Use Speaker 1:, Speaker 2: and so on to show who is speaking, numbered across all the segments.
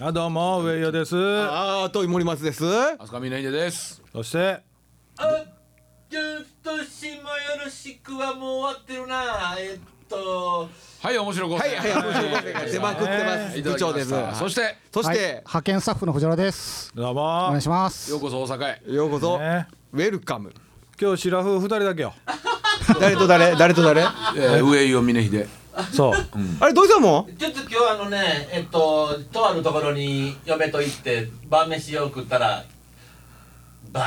Speaker 1: あどうも上与です
Speaker 2: あーと森松です。
Speaker 3: あすかみないでです。
Speaker 1: そして
Speaker 4: あちょっとしもよろしくはもう終わってるなえっと
Speaker 3: はい、面白い。
Speaker 2: はいはい面白い声が出まくってます。部長です。
Speaker 3: そして、
Speaker 2: そし
Speaker 5: はい
Speaker 2: て、
Speaker 5: 派遣スタッフの藤原です
Speaker 1: どう
Speaker 5: お
Speaker 1: も
Speaker 5: 願いします
Speaker 3: ようこそ大阪へ。
Speaker 2: ようこそ、
Speaker 1: ね
Speaker 2: ウェルカム。
Speaker 1: 今日白夫二人だけよ
Speaker 2: 誰と誰誰と誰？あ
Speaker 3: えー上井を峰秀。
Speaker 1: そう
Speaker 2: れどうしたもん？
Speaker 4: ちょっと今日あのねえっととあるところに嫁と行って晩飯を食ったらバ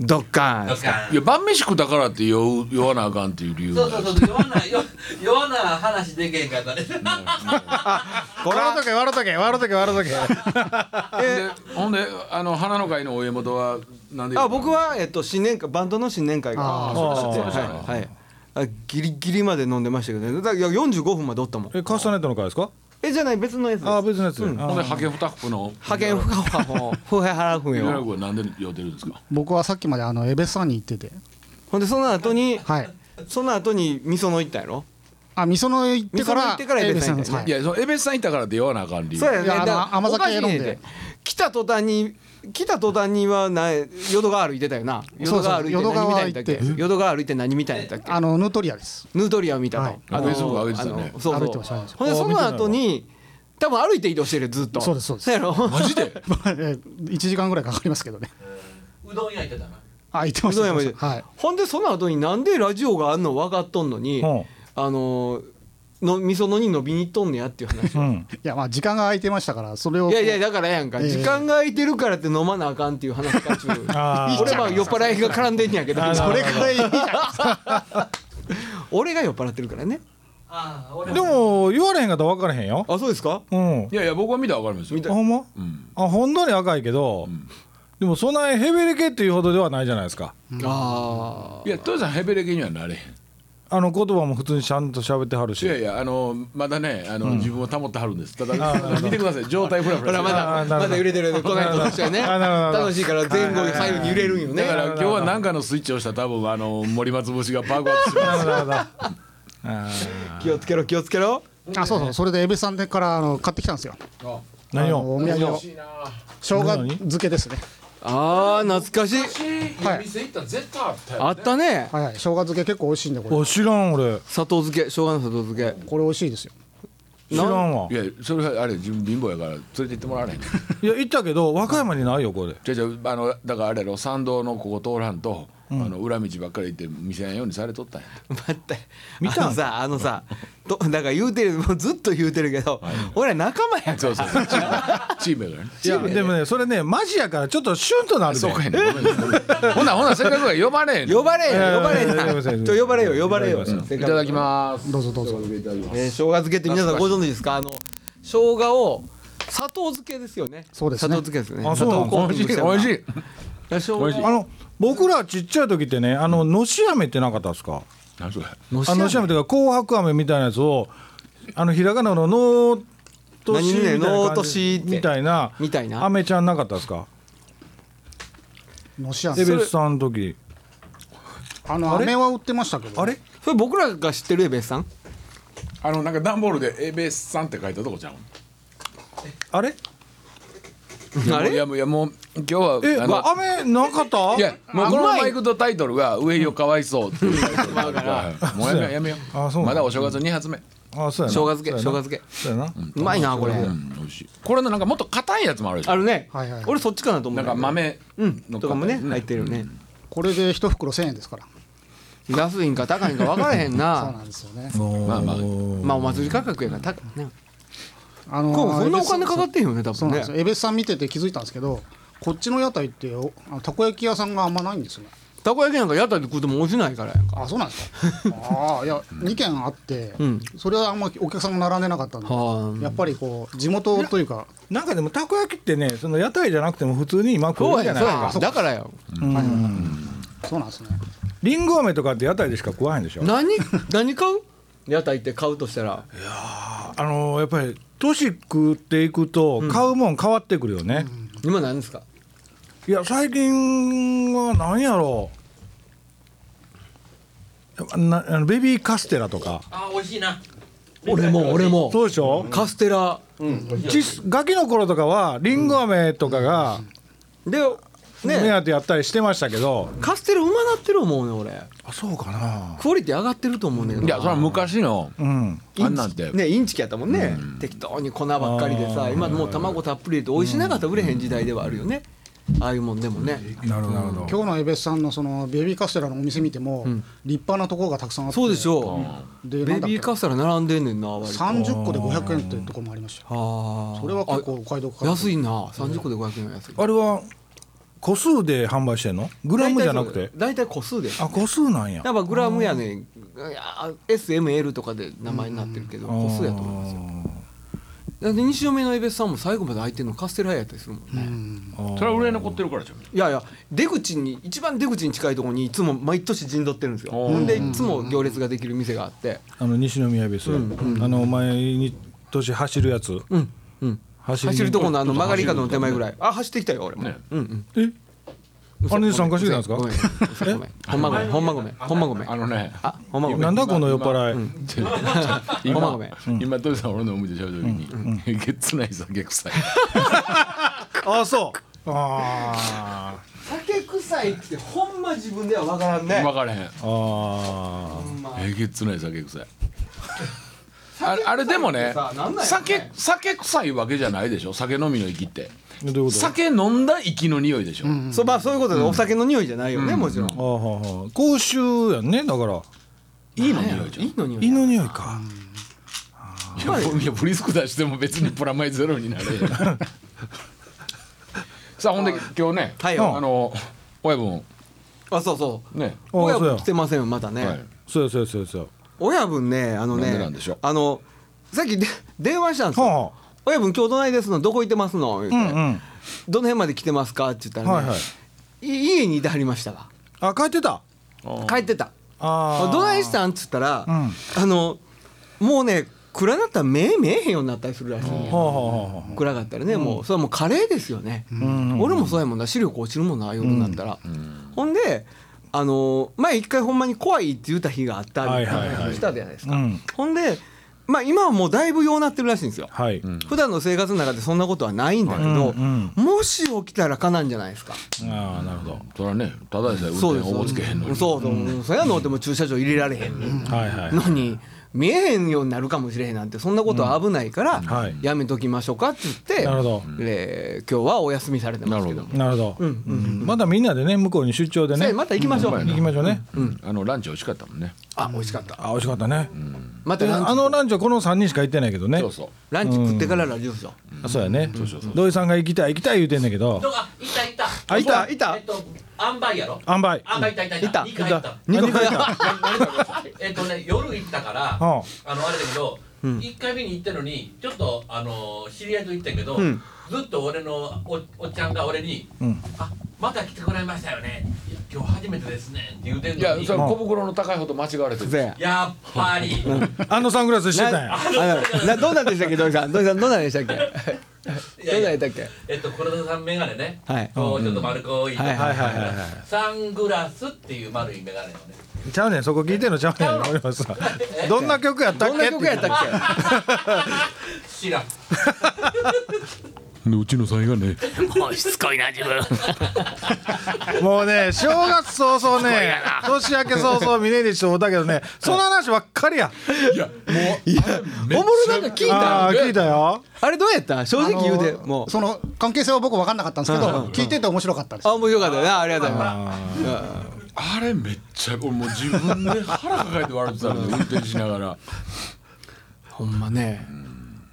Speaker 2: ドッカ
Speaker 4: ーン
Speaker 2: ー
Speaker 4: ド
Speaker 2: ン。
Speaker 4: カ
Speaker 3: い
Speaker 4: ン
Speaker 3: や、晩飯食ったからって酔う、酔わなあかんっていう理由。
Speaker 4: そうそうそう弱なよ弱な話できへんかったね
Speaker 2: こら
Speaker 5: け 笑うとけ笑うとけ笑うとけ
Speaker 3: でほんで、あの花の会のお家元は、なんで。
Speaker 2: あ僕。はえっと新年会バンドの新年会が
Speaker 5: あー
Speaker 2: あって
Speaker 1: そう
Speaker 3: そう
Speaker 2: はいはい。あギリギリまで飲んでましたけどね。だからいや45分までおったもん。
Speaker 1: えカスタネットの会ですか
Speaker 2: えじゃない別のやつです。
Speaker 1: あ別のやつ、
Speaker 2: うん
Speaker 1: あ
Speaker 3: ほんで、ハケフタッフの。
Speaker 2: 派遣不可保不平払うふん
Speaker 3: ミラル
Speaker 2: よ。
Speaker 3: コはなんで酔ってるんですか。
Speaker 5: 僕はさっきまであのエベさんに行ってて
Speaker 2: ほんでその後に
Speaker 5: はい
Speaker 2: その後に味噌の行ったんやろ。
Speaker 5: あ味噌の行って
Speaker 2: 味
Speaker 5: か
Speaker 2: 噌の行
Speaker 5: ら
Speaker 2: ってから江部さん
Speaker 5: 江部
Speaker 2: 行ったよね
Speaker 3: いや、その江別さんいたからって酔わなあかん理由。
Speaker 2: そうやね。
Speaker 5: いやあ
Speaker 2: だ
Speaker 5: の
Speaker 2: から
Speaker 5: 甘酒
Speaker 2: おかしいね
Speaker 5: 飲んで
Speaker 2: 来た途端に来た途端にはな淀川歩いてたよな。
Speaker 5: そ
Speaker 2: 淀
Speaker 5: うそう
Speaker 2: 川歩いて何みたいやったっけ
Speaker 5: 淀川行っ？て
Speaker 2: 淀川歩いて何みたいやったっけ
Speaker 5: あ？のヌートリアです
Speaker 2: ヌートリアを見た
Speaker 5: はい
Speaker 2: と。あの
Speaker 3: Facebook 上げてたね
Speaker 2: あのそう
Speaker 5: 歩いて
Speaker 2: そ
Speaker 5: ま
Speaker 2: う
Speaker 5: したね。
Speaker 2: ほんでその後に多分歩いて移動してるよずっと。
Speaker 5: そうですそうです
Speaker 2: やろ。
Speaker 3: マジで。
Speaker 5: 1時間ぐらいかかりますけどね
Speaker 4: うどん焼いてたな
Speaker 5: あ行ってました
Speaker 2: うどん屋も
Speaker 5: 行ってましたはい
Speaker 2: ほんでその後になんでラジオがあんの分かっとんのに、
Speaker 1: うん
Speaker 2: あのの味噌のに飲みに行っとんねやっていう 話。
Speaker 1: うん
Speaker 5: いやまあ時間が空いてましたからそれを
Speaker 2: いやいやだからやんか、
Speaker 5: ええ
Speaker 2: 時間が空いてるからって飲まなあかんっていう話かっちゅう
Speaker 1: あー
Speaker 2: 俺は酔っ払いが絡んでんやけど
Speaker 1: あーなるほ
Speaker 5: こ
Speaker 1: ど
Speaker 5: れからいいじゃん
Speaker 2: 俺が酔っ払ってるからね
Speaker 4: ああ俺
Speaker 1: でも言われへんかったら分からへんよ
Speaker 2: あそうですか
Speaker 1: うん
Speaker 3: いやいや、僕は見たらわかりますよ
Speaker 2: 見。た
Speaker 1: あほんま
Speaker 3: うん。
Speaker 1: あ本当に赤いけど、でもそんなにヘベレケっていうほどではないじゃないですか
Speaker 2: あ
Speaker 3: いや、父さんヘベレケにはなれへん。
Speaker 1: あの言葉も普通にちゃんと喋ってはる
Speaker 3: い
Speaker 1: し
Speaker 3: やいや、あの、まだね、あの、自分を保ってはるんです。ただ、見てください、状態フラフ
Speaker 2: あ
Speaker 3: ラ
Speaker 2: ほ
Speaker 3: して
Speaker 2: ら
Speaker 3: る。
Speaker 2: まだ
Speaker 1: あーなるほど
Speaker 2: まだ揺れてるねこの間と一緒やね
Speaker 1: あーなるほど
Speaker 2: 楽しいから前後左右に揺れるんよ
Speaker 3: だから
Speaker 2: ね
Speaker 3: 今日は何かのスイッチを押したら多分あの森松節がパークアウトしま
Speaker 1: な
Speaker 3: す
Speaker 1: るほどなるほど あー
Speaker 2: 気をつけろ気をつけろ
Speaker 5: あそうそうそれでエベさんからあの買ってきたんですよ
Speaker 1: 何
Speaker 5: あの
Speaker 1: を
Speaker 5: お土産を
Speaker 3: しいな
Speaker 5: 生姜漬けですね
Speaker 2: あー懐かしい
Speaker 3: 昔お店行ったら絶対あったよ
Speaker 2: あったね
Speaker 5: はいはい生姜漬け結構美味しいんでこれ
Speaker 1: お知らん俺
Speaker 2: 砂糖漬け生姜の砂糖漬け
Speaker 5: これ美味しいですよ
Speaker 1: 知らんわ
Speaker 3: いやそれはあれ自分貧乏やから連れて行ってもらわれへんじ
Speaker 1: いや行ったけど和歌山にないよこれ
Speaker 3: ゃじゃあのだからあれやろ参道のここ通らんと、あの裏道ばっかり行って見せないようにされとったんや
Speaker 2: 待って
Speaker 1: 見たん
Speaker 2: あのさあのさとだから言うてるもうずっと言うてるけど俺ら仲間やん
Speaker 3: そうそうそうチームチームやからね
Speaker 1: いやでもねそれねマジやからちょっとシュンとなるで
Speaker 3: そうかいねんごめんねほなほなせっかくやから呼ばれへん
Speaker 2: 呼ばれよ呼ばれ
Speaker 1: いやいやいやいやいや
Speaker 2: よちょ呼ばれよ呼ばれよ
Speaker 1: うん
Speaker 3: いただきます
Speaker 5: どうぞどうぞ
Speaker 3: いただきます
Speaker 2: ね生姜漬けって皆さんご存知ですかあの生姜を砂糖漬けですよね
Speaker 5: そうですね
Speaker 2: 砂糖漬けですよね
Speaker 1: あそうなの
Speaker 2: 砂糖コー
Speaker 3: 美
Speaker 2: ティ
Speaker 3: 味
Speaker 2: ング
Speaker 3: し
Speaker 2: て
Speaker 3: い美味しい
Speaker 2: 生姜
Speaker 3: 美味しい
Speaker 1: あの僕らちっちゃい時ってねあののし飴ってなかったですか
Speaker 3: 何それ
Speaker 2: のし
Speaker 1: あののし飴っていうか紅白飴みたいなやつをあのひらがなののーとしみたい
Speaker 2: 何々
Speaker 1: な
Speaker 2: のー
Speaker 1: 感
Speaker 2: と
Speaker 1: じ
Speaker 2: しって
Speaker 1: みたいな
Speaker 2: みたいな
Speaker 1: 飴ちゃんなかったですか
Speaker 5: のしあ
Speaker 1: エベ
Speaker 5: ん
Speaker 1: スさんの時
Speaker 5: あの飴は売ってましたけど
Speaker 1: あれ
Speaker 2: それ僕らが知ってるエベスさん
Speaker 3: あのなんか段ボールで「エベスさん」って書いたとこじゃん
Speaker 1: あれ
Speaker 2: あ
Speaker 3: い
Speaker 2: れ
Speaker 3: やもういやもう今日は
Speaker 1: え
Speaker 3: あの
Speaker 1: 飴なかった
Speaker 3: いやもうこのまま行くとタイトルが「上よかわいそう」っていうタイトルになるからもうやめようやめよう
Speaker 1: あそうなの
Speaker 3: まだお正月二発目
Speaker 1: あそうやな
Speaker 2: 生姜漬け
Speaker 1: そうや
Speaker 2: 生姜
Speaker 1: な
Speaker 2: 漬け
Speaker 1: そうやな
Speaker 2: うまいなこれ
Speaker 3: うん美味しいこれのなんかもっと硬いやつもあるでしょ
Speaker 2: あるね
Speaker 5: はいはい
Speaker 2: 俺そっちかなと思
Speaker 3: な
Speaker 2: うんだけ
Speaker 3: か
Speaker 2: ど
Speaker 3: 豆
Speaker 2: うん
Speaker 3: の
Speaker 2: とかもね入ってるよね
Speaker 5: これで一袋1000円ですから
Speaker 2: 安いんか高いんか分からへん
Speaker 5: そう
Speaker 2: な
Speaker 5: なんですよね
Speaker 3: まあまあ
Speaker 2: まあお祭り価格やから高いね
Speaker 5: あの
Speaker 2: こうそんなお金かかってへんよね多
Speaker 5: そう
Speaker 2: 分
Speaker 5: なん
Speaker 2: ね
Speaker 5: ですよ。江別さん見てて気づいたんですけど、こっちの屋台っておあのたこ焼き屋さんがあんまないんですよね。
Speaker 2: たこ焼きなんか屋台で食うても落ちないからやんか
Speaker 5: あ、そうなん ですか。ああ、いや、二軒あって、
Speaker 2: ん
Speaker 5: それはあんまお客さんが並んでなかったんで、
Speaker 2: はあ
Speaker 5: やっぱりこう地元というか、
Speaker 1: なんかでもたこ焼きってねその屋台じゃなくても普通に今食
Speaker 2: そうう
Speaker 1: じ
Speaker 2: や
Speaker 1: ゃ
Speaker 2: ん
Speaker 1: ない
Speaker 2: そう
Speaker 1: ですか
Speaker 2: やんだからやん
Speaker 5: そうなんですね。
Speaker 1: りんご飴とかって屋台でしか食わへんでしょ
Speaker 2: 何 何買う屋台って買うとしたら
Speaker 1: あのーやっぱり年食っていくと買うもん変わってくるよね、
Speaker 2: 今何ですか
Speaker 1: いや最近は何やろうなあのベビーカステラとか
Speaker 4: あ美味しいな
Speaker 2: 俺も俺も
Speaker 1: そうでしょ
Speaker 2: カステラ
Speaker 1: ちガキの頃とかはりんご飴とかが
Speaker 2: で
Speaker 1: 目
Speaker 2: ね
Speaker 1: 当てやったりしてましたけど、
Speaker 2: カステラうまなってる思うね俺
Speaker 1: あそうかな
Speaker 2: クオリティ上がってると思うねんけど
Speaker 3: いやそれは昔の
Speaker 1: うん
Speaker 3: あんなんて
Speaker 2: ねインチキやったもんね、適当に粉ばっかりでさ今もう卵たっぷりで美味しなかったら売れへん時代ではあるよね、ああいうもんでもね、
Speaker 1: なるほどなるほど
Speaker 5: 今日の江別さんのそのベビーカステラのお店見ても、立派なところがたくさんあって
Speaker 2: そうでしょう、
Speaker 5: でな
Speaker 2: ベ
Speaker 5: んだっ
Speaker 2: ビー
Speaker 5: け
Speaker 2: カステラ並んでんねんな割と
Speaker 5: 30個で500円っていうところもありましたよ
Speaker 2: あー
Speaker 5: それは結構お買い得か
Speaker 2: あ
Speaker 5: な
Speaker 2: 安いな30個で500円は安い
Speaker 1: あれは個数で販売してんのグラムじゃなくて
Speaker 2: 大体個数で
Speaker 1: あ個数なんや
Speaker 2: やっぱグラムやねんいや SML とかで名前になってるけど個数やと思いますよだって2週目の江別さんも最後まで空いてるのカステラやったりするもんね、
Speaker 3: それは売れ残ってるからじゃん
Speaker 2: いやいや出口に一番出口に近いところにいつも毎年陣取ってるんですよ
Speaker 3: おー
Speaker 2: ほんでいつも行列ができる店があって
Speaker 1: あの西宮ベース、あの毎年走るやつ、
Speaker 2: うんうん
Speaker 1: 走
Speaker 2: 走るとこのあの曲がり角の手前ぐらいあ走ってきたよ俺も、
Speaker 3: ね
Speaker 2: うんうん
Speaker 1: え
Speaker 2: 嘘
Speaker 1: あれに参加してきたんですか
Speaker 2: ごめ嘘ごめんほんまごめんほんまごめんほんまごめん
Speaker 3: あのね
Speaker 2: あほんまごめん
Speaker 1: なんだこの酔っ払い、
Speaker 2: ほんまごめん
Speaker 3: 今トイさん俺のお店で喋る時に、えげつない酒臭い
Speaker 1: ああそうあ
Speaker 2: 酒臭いってほんま自分では分からんね
Speaker 3: 分からへん
Speaker 1: ーあー
Speaker 3: えげつない酒臭いあれあれでもね
Speaker 2: 酒臭いってさなんなんやろね
Speaker 3: 酒酒臭いわけじゃないでしょ酒飲みの息って
Speaker 1: どういうことあ
Speaker 3: 酒飲んだ息の匂いでしょ、
Speaker 2: そうまあそういうことでお酒の匂いじゃないよねもちろん
Speaker 1: あはあはあ口臭やんねだから
Speaker 3: いいの匂いじゃん
Speaker 2: いいの匂い
Speaker 1: 胃の匂いか、
Speaker 3: いやいやブリスク出しても別にプラマイゼロになれへんさあほんで今日ね、
Speaker 2: はいよ
Speaker 3: あの親分
Speaker 2: あそうそう
Speaker 3: ね
Speaker 1: ああ
Speaker 2: 親
Speaker 1: そう
Speaker 2: 分
Speaker 1: や
Speaker 2: 来てませんよまだね、
Speaker 3: はい
Speaker 1: そうやそうやそうやそうや
Speaker 2: 親分ねあの
Speaker 3: なん
Speaker 2: ね
Speaker 3: でなんでしょう
Speaker 2: あのさっきで 電話したんですよ、
Speaker 1: はあは
Speaker 2: 親分今日どないですのどこ行ってますの?」言うて、
Speaker 1: うんうん
Speaker 2: どの辺まで来てますか?」って言ったら、ね
Speaker 1: はいはい
Speaker 2: い家にいてはりましたわ
Speaker 1: あ帰ってた
Speaker 2: 帰ってた「
Speaker 1: あー
Speaker 2: どないしたん?」っつったら、
Speaker 1: うん
Speaker 2: あのもうね暗なったら目見えへんようになったりするらしいんや
Speaker 1: はあはあはあ
Speaker 2: 暗かったらね、もうそれはもうカレーですよね、
Speaker 1: ん
Speaker 2: 俺もそうやもんな視力落ちるもんな夜になったら、ほんであの前一回ほんまに怖いって言った日があったみたいな
Speaker 1: はいはいは
Speaker 2: 話
Speaker 1: い
Speaker 2: したじゃないですか、
Speaker 1: うん
Speaker 2: ほんでまあ今はもうだいぶようなってるらしいんですよ、
Speaker 1: はい、
Speaker 2: 普段の生活の中でそんなことはないんだけど、
Speaker 1: うん
Speaker 2: もし起きたらかなんじゃないですか
Speaker 1: ああなるほど
Speaker 3: それはねただでさえ運
Speaker 2: そうで
Speaker 3: 転
Speaker 2: す
Speaker 3: おぼつけへんのに
Speaker 2: そうそう、そやのでも駐車場入れられへんねん
Speaker 1: はいはい
Speaker 2: のに見えへんようになるかもしれへんなんてそんなことは危ないから、
Speaker 1: はい
Speaker 2: やめときましょうかって言って、
Speaker 1: なるほど
Speaker 2: えー今日はお休みされてますけど
Speaker 3: なるほ
Speaker 1: なるほど、まだみんなでね向こうに出張で
Speaker 2: さ
Speaker 1: ね
Speaker 2: あまた行きましょう、
Speaker 3: うん
Speaker 1: 行きましょうね、
Speaker 3: うんあのランチ美味しかったもんね
Speaker 2: あ美味しかった
Speaker 1: あ美味しかったね、
Speaker 2: また
Speaker 1: で
Speaker 2: ランチ
Speaker 1: あのランチはこの3人しか行ってないけどね
Speaker 3: そうそう
Speaker 2: ランチ食ってからラジオでしょ、
Speaker 1: あそうやね土井さんが行きたい行きたい言うてんだけど
Speaker 4: とかいたいた
Speaker 1: あいた
Speaker 4: えっとあんばいやろ
Speaker 1: 塩梅
Speaker 4: あんばいいたいたいた
Speaker 2: い
Speaker 4: 2回行った
Speaker 1: 二回
Speaker 2: 肉
Speaker 1: 行
Speaker 2: 食
Speaker 1: っ
Speaker 2: い
Speaker 1: た
Speaker 4: えっとね夜行ったか
Speaker 1: うん
Speaker 4: ら、あのあれだけど、一1回目に行ったのにちょっとあの知り合いと行ったけど、
Speaker 2: うん
Speaker 4: ずっと俺のおおっちゃんが俺に「
Speaker 1: うん
Speaker 4: あまた来てこられましたよねいや今日初めてですね」って言うて
Speaker 3: い
Speaker 4: んの
Speaker 3: や
Speaker 4: に
Speaker 3: それ小袋の高いほど間違われて
Speaker 2: せ
Speaker 3: る
Speaker 2: や
Speaker 4: やっぱり
Speaker 1: あのサングラスしてたん
Speaker 2: な
Speaker 1: や
Speaker 2: あのなどうなんでしたっけ土井さん土井さんどうなんでしたっけ
Speaker 4: い
Speaker 2: ど
Speaker 4: や
Speaker 2: う
Speaker 4: い
Speaker 2: なん
Speaker 4: や
Speaker 2: でしたっけ
Speaker 4: えっと黒田さん眼鏡ね、
Speaker 2: はい
Speaker 4: こうちょっと丸くい
Speaker 2: はいはい
Speaker 1: はいはいは
Speaker 4: サングラスっていう丸い眼鏡をね
Speaker 1: ちゃうねんそこ聞いてんのちゃうねん俺はさどんな曲やったっけ
Speaker 2: どんな曲やったっけ
Speaker 4: 知らん
Speaker 3: でうちのさんがね
Speaker 6: もうしつこいな自分
Speaker 1: もうね正月早々ね年明け早々峰岸と会うたけどねその話ばっかりや
Speaker 3: いやもう
Speaker 2: おもろなんか聞いた
Speaker 1: あ
Speaker 2: あ
Speaker 1: あ聞いたよ
Speaker 2: れどうやった正直言うて
Speaker 5: あの
Speaker 2: もう
Speaker 5: その関係性は僕分かんなかったんですけど、聞いてて面白かったです
Speaker 2: あ面白かったよなありがとうございます
Speaker 3: あれめっちゃ俺もう自分で腹抱えて笑ってたの 運転しながら
Speaker 2: ほんまね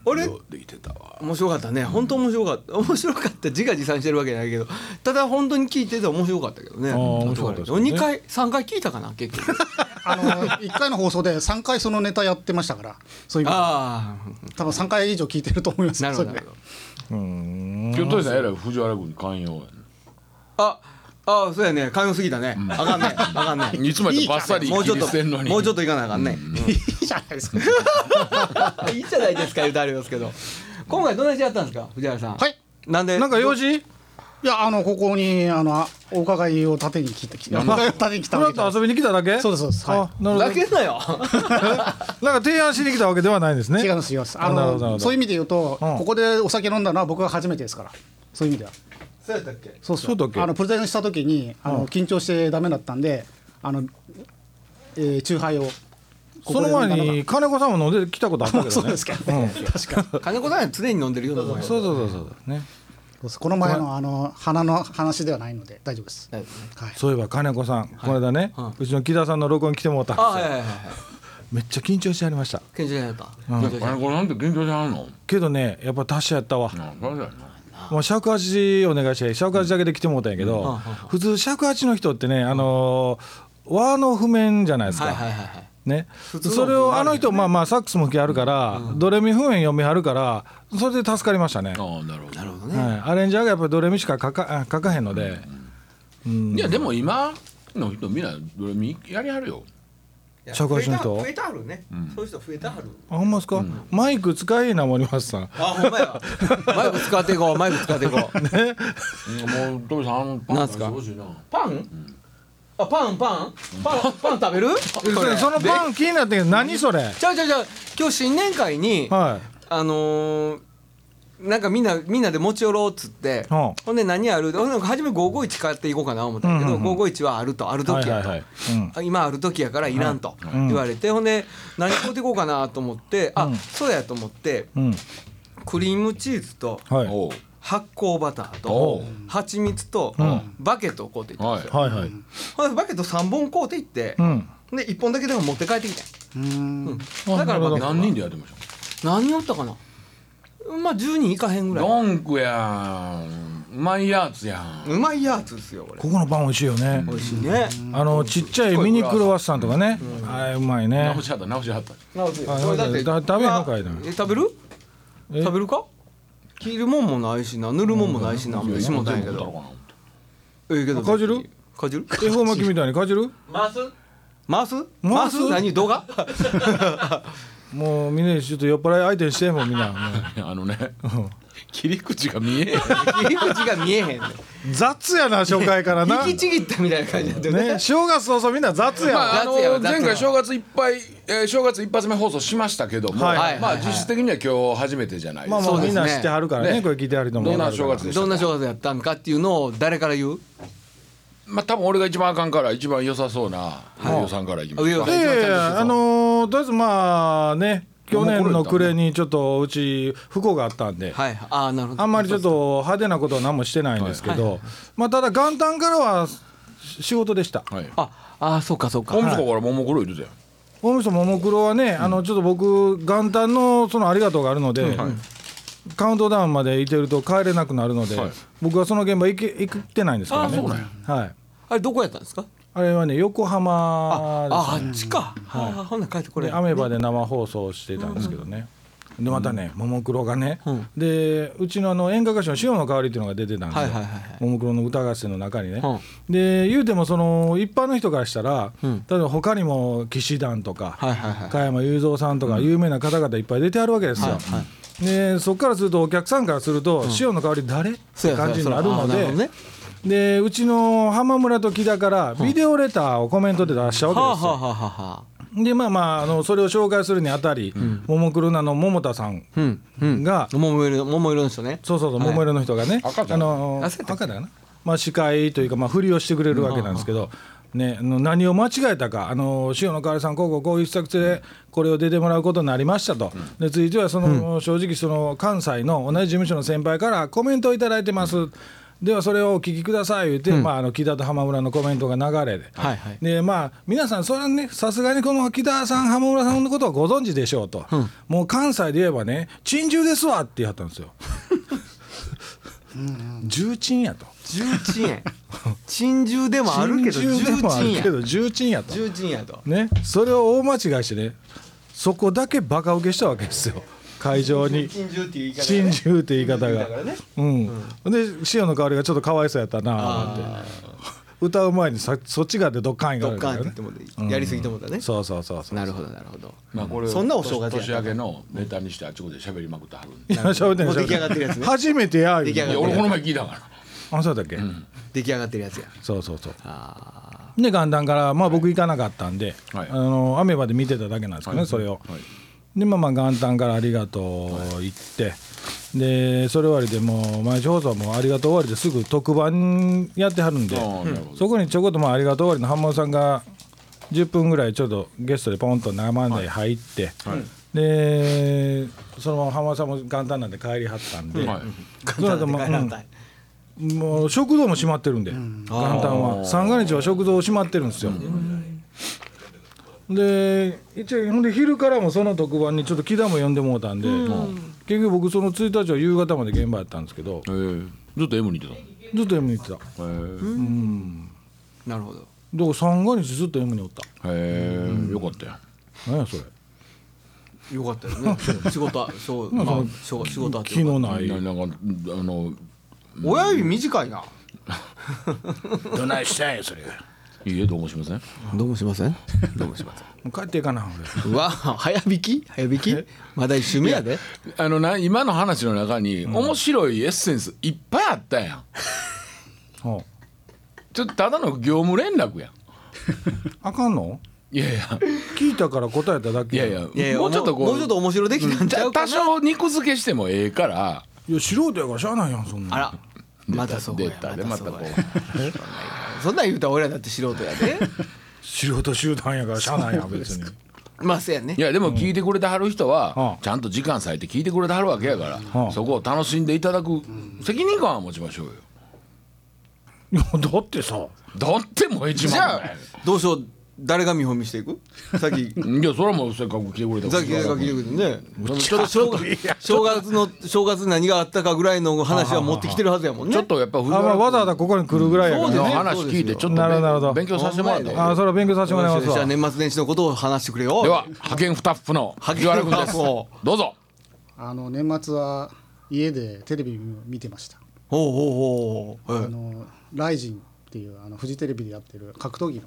Speaker 2: 俺
Speaker 3: できてたわ
Speaker 2: 面白かったね本当面白かった面白かった自画自賛してるわけじゃないけどただ本当に聞いてて面白かったけどね
Speaker 1: あー面白かったですよね
Speaker 2: 2回3回聞いたかな 結局
Speaker 5: あの1回の放送で3回そのネタやってましたからそういう意味で
Speaker 2: あ
Speaker 5: 多分3回以上聞いてると思いま
Speaker 2: あ
Speaker 5: す
Speaker 2: なるほどな
Speaker 5: それ
Speaker 2: る
Speaker 5: で
Speaker 2: ほど
Speaker 3: 今日トイさんえらい藤原君寛容やね
Speaker 2: ああーそうやね寛容すぎたねあかんねあかんね
Speaker 3: いつまでバッサリ
Speaker 2: もうちょっ
Speaker 3: 切り捨てんの
Speaker 2: と
Speaker 3: に
Speaker 2: もうちょっといかなあかんね、
Speaker 5: いいじゃないですか
Speaker 2: あ いいじゃないですか言うてあれですけど今回どんな人やったんですか藤原さん
Speaker 5: はい
Speaker 2: なんで
Speaker 1: なんか用事
Speaker 5: いやあのここにあのあお伺いを盾に来てきてお伺いを盾に来た
Speaker 1: ふ
Speaker 5: わ
Speaker 1: ら
Speaker 5: け
Speaker 1: っ
Speaker 5: じゃな
Speaker 1: と
Speaker 5: い
Speaker 1: 遊びに来ただけ
Speaker 5: そうですそうですはい
Speaker 1: あなるほど
Speaker 2: だけなよ
Speaker 1: なんか提案しに来たわけではないんですね
Speaker 5: 違います違いますあ
Speaker 1: あなるほどなるほ
Speaker 5: の
Speaker 1: ど
Speaker 5: そういう意味で言うと、
Speaker 1: うん
Speaker 5: ここでお酒飲んだのは僕が初めてですからそういう意味では
Speaker 4: そうやったっけ
Speaker 5: そうっす
Speaker 1: そ
Speaker 5: よ
Speaker 1: うだっけ
Speaker 5: あのプレゼンした時にあの、緊張してダメだったんであの、えー、チューハイを
Speaker 1: そ
Speaker 5: ここで
Speaker 1: の
Speaker 5: 飲んだ
Speaker 1: 前
Speaker 5: が
Speaker 1: に金子さんも飲んできたことあったけどね
Speaker 5: そうですか、ね確かに
Speaker 2: 金子さんは常に飲んでるようなもんや
Speaker 1: そうそうそうそうね
Speaker 5: そうですこの前のあの花の話ではないので大丈夫です、
Speaker 2: だよね
Speaker 5: はい、
Speaker 1: そういえば金子さん、この間ね、
Speaker 2: はいう
Speaker 1: ちの木田さんの録音来てもらったん
Speaker 2: あ
Speaker 1: です
Speaker 2: は
Speaker 1: よ、
Speaker 2: いはいはいはい
Speaker 1: めっちゃ緊張してありました
Speaker 2: 緊張じゃなかった緊張じゃな
Speaker 3: 金
Speaker 2: かっ
Speaker 3: 子なんて緊張しはんの
Speaker 1: けどねやっぱ達者やったわ、
Speaker 3: うんそうだよな
Speaker 1: もう尺八お願いして尺八だけで来てもらったんやけど、
Speaker 2: うん
Speaker 1: 普通尺八の人ってねあのー和の譜面じゃないです
Speaker 2: た
Speaker 1: か、
Speaker 2: はいはいはいはい
Speaker 1: ね、
Speaker 2: 通の
Speaker 1: それをあの人まあまあサックスも吹きあるから、ドレミ譜面読みはるからそれで助かりましたね、
Speaker 3: ああなるほど
Speaker 2: なるほど
Speaker 1: は
Speaker 2: ね
Speaker 1: い、アレンジャーがやっぱりドレミしか書かあ書かへんので、
Speaker 3: いやでも今の人みんなドレミやりはるよ
Speaker 1: 社会人の人
Speaker 2: 増えた増えたはるねそういう人増えたはる
Speaker 1: あほんまですか、マイク使えへんな森松さん
Speaker 2: あほんまやマイク使っていこうマイク使っていこう
Speaker 3: うんもうトミさんあのパン
Speaker 2: なんすか
Speaker 3: ごいしいな
Speaker 2: パンあパンパンパンパン食べる
Speaker 1: それそのパン気になってんけど何それ
Speaker 2: ちゃうちゃうちゃう今日新年会に
Speaker 1: は
Speaker 2: あのーなんかみんなみんなで持ち寄ろうっつって、
Speaker 1: うん
Speaker 2: ほんで何あるほんで初め551買っていこうかな思ったんやけど、
Speaker 1: うんうんうん
Speaker 2: 551はあるとある
Speaker 1: いは
Speaker 2: 時
Speaker 1: い
Speaker 2: やと、
Speaker 1: はいはい、うん、
Speaker 2: あ今ある時やからいらんと言われて、ほんで何買うていこうかなと思って、
Speaker 1: う
Speaker 2: あ
Speaker 1: ん
Speaker 2: そうやと思って
Speaker 1: うん、
Speaker 2: クリームチーズと
Speaker 1: はい。
Speaker 3: おう
Speaker 2: 発酵バター
Speaker 3: お
Speaker 2: と
Speaker 3: う
Speaker 2: 蜂蜜と
Speaker 1: うん
Speaker 2: バケットを買うていったん
Speaker 3: は
Speaker 2: で
Speaker 3: い
Speaker 2: すよ、
Speaker 1: はいはい。
Speaker 2: ほんでバケット3本買うていって
Speaker 1: う、ん。
Speaker 2: で1本だけでも持って帰ってきて
Speaker 5: うーん
Speaker 1: あ
Speaker 2: だからバケットは
Speaker 3: 何人でやってまし
Speaker 2: 何やったかなまあ10人いかへんぐ
Speaker 3: た
Speaker 2: らい
Speaker 3: ドンクやんうまいやつやん
Speaker 2: うまいやつですよこれ
Speaker 1: ここのパン美味しいよね。
Speaker 2: 美味しいね
Speaker 1: あのちっちゃいミニクロワッサンとかね。あれうまいね
Speaker 3: 直。しはった直しはった
Speaker 2: なおじ
Speaker 1: あ
Speaker 2: それだって
Speaker 1: だ食べへんのかいな
Speaker 2: え食べる
Speaker 1: え
Speaker 2: 食べるか切るもんもないしな塗るもんもないしなもう石もないけ
Speaker 3: 全部取ったの
Speaker 2: ど
Speaker 3: かな
Speaker 2: ええけど
Speaker 1: かじる
Speaker 2: かじる
Speaker 1: 恵方巻きみたいにかじる？
Speaker 4: 回す
Speaker 2: 回す
Speaker 1: 回
Speaker 2: 回
Speaker 1: す
Speaker 2: す何動 画
Speaker 1: もうみんなちょっと酔っ払い相手にしてもうみんな。
Speaker 3: あのね、切り口が見えへん。
Speaker 2: 切り口が見えへんね
Speaker 1: 雑やな初回から な。
Speaker 2: 引き
Speaker 1: ね
Speaker 2: ちぎったみたいな感じだったよね
Speaker 1: 正月早々みんな雑や
Speaker 3: まあ、
Speaker 1: わ。
Speaker 3: あの
Speaker 2: 夏やわ夏やわ
Speaker 3: 前回正月いっぱい、えー正月一発目放送しましたけども、
Speaker 1: はい
Speaker 2: はい
Speaker 3: ま
Speaker 2: は
Speaker 3: あ
Speaker 2: いはい
Speaker 3: 実質的には今日初めてじゃないです
Speaker 1: まあ
Speaker 3: か。
Speaker 1: も
Speaker 2: そう
Speaker 1: う
Speaker 2: で
Speaker 1: みん
Speaker 2: すね
Speaker 1: な知ってはるからね。
Speaker 3: ね
Speaker 1: これ聞いてはると思う。
Speaker 3: どんな正月でした
Speaker 2: どんな正月やったんかっていうのを誰から言う
Speaker 3: まあ多分俺が一番あかんから一番良さそうな上尾さんからいきま
Speaker 2: 上
Speaker 3: す
Speaker 2: 尾
Speaker 3: か
Speaker 2: さ
Speaker 1: い。やいやいやあのーとりあえずまあね去年の暮れにちょっとうち不幸があったんで。
Speaker 2: はいああなるほど
Speaker 1: あんまりちょっと派手なことは何もしてないんですけど、まあただ元旦からは仕事でした。
Speaker 3: はい。
Speaker 2: ああそうかそうか
Speaker 3: 大晦日からももクロいるじゃん。
Speaker 1: 大晦日ももクロはね、あのちょっと僕元旦のそのありがとうがあるので、カウントダウンまでいてると帰れなくなるので、
Speaker 3: はい
Speaker 1: 僕はその現場行け行ってないんですからね。
Speaker 3: あそうなんや
Speaker 1: はい。
Speaker 2: あれどこやったんですか
Speaker 1: あれはね横浜ですね
Speaker 2: あああっちかはいほんなら帰ってこれ
Speaker 1: でアメバで生放送してたんですけどね、でまたねももクロがね、
Speaker 2: ん
Speaker 1: でうちのあの演歌歌手の「潮の香り」っていうのが出てたんですよ、
Speaker 2: はいはいはいはい
Speaker 1: ももクロの歌合戦の中にね、
Speaker 2: う
Speaker 1: で言うてもその一般の人からしたら、
Speaker 2: ん
Speaker 1: 例えば他にも騎士団とか、
Speaker 2: はいはいはい
Speaker 1: 加山雄三さんとか有名な方々いっぱい出てあるわけですよ、
Speaker 2: はいはい
Speaker 1: でそこからするとお客さんからすると「潮の香り誰?」って感じになるの
Speaker 2: そうやそうやそうやあなる
Speaker 1: で
Speaker 2: ほどね
Speaker 1: でうちの浜村と木田からビデオレターをコメントで出したわけですよ、
Speaker 2: はあはあはあはあは
Speaker 1: でまあまああのそれを紹介するにあたり、ももクロなの桃田さんが、
Speaker 2: うんうん桃色桃色の人ね
Speaker 1: そうそうそう、
Speaker 2: はい
Speaker 1: 桃色の人がね
Speaker 3: 赤ちゃん
Speaker 1: あの
Speaker 2: あそうやったっけ
Speaker 1: 赤だよな、まあ、司会というか、まあ、振りをしてくれるわけなんですけど、ね、あの何を間違えたか「あの塩野香織さんこうこうこういう作戦でこれを出てもらうことになりましたと」で続いてはその、正直その関西の同じ事務所の先輩からコメントを頂いただいてます。ではそれをお聞きください言って、まあ、あの木田と浜村のコメントが流れで、
Speaker 2: はいはい
Speaker 1: でまあ皆さんそれはねさすがにこの木田さん浜村さんのことはご存知でしょうと、もう関西で言えばね「珍獣ですわ」って言い張ったんですよ。重鎮やと。
Speaker 2: 重鎮 や珍獣でもあるけど重
Speaker 1: 珍獣でもある
Speaker 2: 鎮や
Speaker 1: けど重鎮やと。
Speaker 2: 重鎮やと
Speaker 1: ね、それを大間違いしてね、そこだけバカ受けしたわけですよ。会場に。
Speaker 2: 珍獣っていう言い方
Speaker 1: 珍獣って言い方
Speaker 2: だか
Speaker 1: が。
Speaker 2: らね
Speaker 1: うん。で、塩の香りがちょっとかわいそうやったなと思って。歌う前にさそっちがでドッカンいか
Speaker 2: ド
Speaker 1: れ
Speaker 2: ッ
Speaker 1: るか
Speaker 2: カンっ
Speaker 1: ら
Speaker 2: て言
Speaker 1: ね
Speaker 2: って。もねやりすぎてもだね
Speaker 1: そうそうそうそう。
Speaker 2: なるほどなるほど
Speaker 3: まあこれ
Speaker 2: そんなお正月や
Speaker 3: 年明けのネタにしてあちこちで喋りまくってはるんで。
Speaker 1: いや、喋ってん
Speaker 2: もう
Speaker 1: 喋
Speaker 2: 出
Speaker 1: っ
Speaker 2: 来上がってるやつね
Speaker 1: 初めてや。
Speaker 2: 出来上
Speaker 3: い
Speaker 2: が
Speaker 3: や
Speaker 2: って
Speaker 3: 俺
Speaker 2: る
Speaker 3: この前聞いたから。
Speaker 1: あ、そうだっけ。
Speaker 2: 出来上がってるやつや
Speaker 1: そうそうそう
Speaker 2: あー
Speaker 1: で元旦からまあ僕行かなかったんで、
Speaker 3: はい
Speaker 1: あの雨まで見てただけなんですけどね、
Speaker 3: はい
Speaker 1: それを、
Speaker 3: はい
Speaker 1: でまあまあ元旦からありがとう行って、でそれ終わりでもう毎日放送はもうありがとう終わりですぐ特番やってはるんで、
Speaker 3: ああなるほど
Speaker 1: そこにちょこっとまあありがとう終わりの半門さんが10分ぐらいちょっとゲストでポンと生で入って、でそのまま半門さんも元旦なんで帰りはったんで、
Speaker 3: はい
Speaker 1: その後も
Speaker 2: 簡単だね
Speaker 1: もう食堂も閉まってるんで、元旦は三が日は食堂閉まってるんですよ、で一応ほんで昼からもその特番にちょっと木田も呼んでもうたんで、結局僕その1日は夕方まで現場やったんですけど
Speaker 3: えーずっと M にいてたの
Speaker 1: ずっと M に行ってただか
Speaker 3: へー
Speaker 2: なるほど
Speaker 1: ら三が日ずっと M におった
Speaker 3: へーよかったよ
Speaker 1: 何やそれ
Speaker 2: よかったよね仕事 はそうまあそう仕事あって
Speaker 1: 気のない
Speaker 3: ななんかあの
Speaker 2: 親指短いな
Speaker 3: どないしたんやそれいいえどうもしません
Speaker 2: どうもしませんどうもしません
Speaker 1: もう帰っていかな
Speaker 2: うわ早引き早引きまだ趣味やで
Speaker 3: あのな今の話の中に、面白いエッセンスいっぱいあったやん
Speaker 1: 俺、は
Speaker 3: ちょっとただの業務連絡やん
Speaker 1: あ、あかんの
Speaker 3: いやいや
Speaker 1: 聞いたから答えただけ
Speaker 3: いやいや
Speaker 2: いやいや
Speaker 3: もうちょっとこう
Speaker 2: もうちょっと面白できたんちゃうかな
Speaker 3: 多少肉付けしてもええから
Speaker 1: いや素人やからしゃあないやんそんな
Speaker 2: あらまたそう
Speaker 3: 出
Speaker 2: や
Speaker 3: たで
Speaker 2: ま
Speaker 3: ま
Speaker 2: た
Speaker 3: た
Speaker 2: そ
Speaker 3: こ
Speaker 2: うや
Speaker 3: う
Speaker 2: そんなん言うたら俺らだって素人やで
Speaker 1: 素人集団やからしゃあないやん別に
Speaker 2: まあそうやね
Speaker 3: いやでも聞いてくれてはる人は
Speaker 1: うん
Speaker 3: ちゃんと時間割いて聞いてくれてはるわけやか
Speaker 1: うん
Speaker 3: らそこを楽しんでいただく責任感は持ちましょうよ
Speaker 1: いや だってさ
Speaker 3: だってもう一
Speaker 2: じゃ
Speaker 3: 番
Speaker 2: あどうしよう誰が見本見していくさっき
Speaker 3: いやそれはもうせっかく来てくれた
Speaker 2: さっきさっき言うけどねちょっと正月正月の正月何があったかぐらいの話は持ってきてるはずやもんね
Speaker 3: ちょっとやっぱ
Speaker 1: あ、
Speaker 3: 藤
Speaker 1: まあ、わざわざここに来るぐらいやから、
Speaker 2: そう
Speaker 3: の
Speaker 2: ですね
Speaker 3: 話聞いてちょっ
Speaker 1: なるほどなるほど
Speaker 3: と勉強させてもらった方がいい
Speaker 1: あーそれは勉強させてもらいます
Speaker 2: じゃ
Speaker 1: わ
Speaker 2: あ年末年始のことを話してくれよ
Speaker 3: では派遣スタッフの藤原君で
Speaker 2: 派遣ス
Speaker 3: す
Speaker 2: タッフを
Speaker 3: どうぞ
Speaker 5: あの年末は家でテレビ見てました、
Speaker 2: ほうほうほうほう
Speaker 5: あのライジンっていうあのフジテレビでやってる格闘技の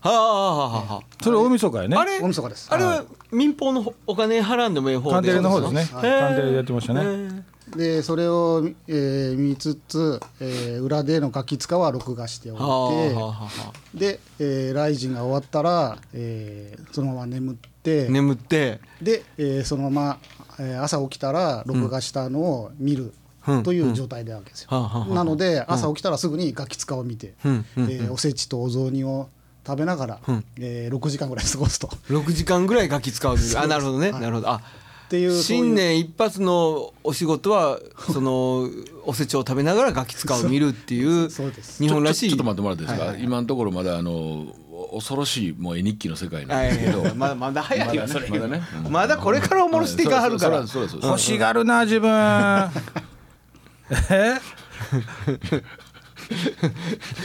Speaker 2: はあはあはあは
Speaker 1: それ大晦日やね
Speaker 2: ああれ
Speaker 5: 大晦日です
Speaker 2: あれは民放のお金払んでもええ方
Speaker 1: 官
Speaker 2: で
Speaker 1: 邸の方ですね
Speaker 2: へ
Speaker 1: 官
Speaker 2: ー
Speaker 1: 邸でやってました
Speaker 2: へ
Speaker 1: ね
Speaker 2: ー
Speaker 5: でそれを、えー見つつ、えー裏でのガキ使は録画しておい
Speaker 2: はあはあは
Speaker 5: て
Speaker 2: あは
Speaker 5: で、えーライジンが終わったら、えーそのまま眠って、
Speaker 2: あ眠って
Speaker 5: で、えーそのまま、えー朝起きたら録画したのを見る
Speaker 2: うん
Speaker 5: という状態なわけですよ、
Speaker 2: はあはあはあ
Speaker 5: なので朝起きたらすぐにガキ使を見て、
Speaker 2: うん
Speaker 5: えーおせちとお雑煮を食べながら、
Speaker 2: うん
Speaker 5: えー6時間ぐらい過ごすと。
Speaker 2: 6時間ぐらいガキ使うというあなるほどねなるほどあ
Speaker 5: っていうそういう
Speaker 2: 新年一発のお仕事はそのおせちを食べながらガキ使うを見るっていう
Speaker 5: そうです
Speaker 2: 日本らしい
Speaker 3: ちょちょっと待ってもらっていいですか、今のところまだあのお恐ろしいもう絵日記の世界なん
Speaker 2: は
Speaker 3: ですけど、
Speaker 2: いまだまだ早いよそれ
Speaker 3: まだね
Speaker 2: まだこれからおもろしていかはるから
Speaker 3: そうですそうですそう
Speaker 1: 欲
Speaker 3: です
Speaker 1: しがるな自分 え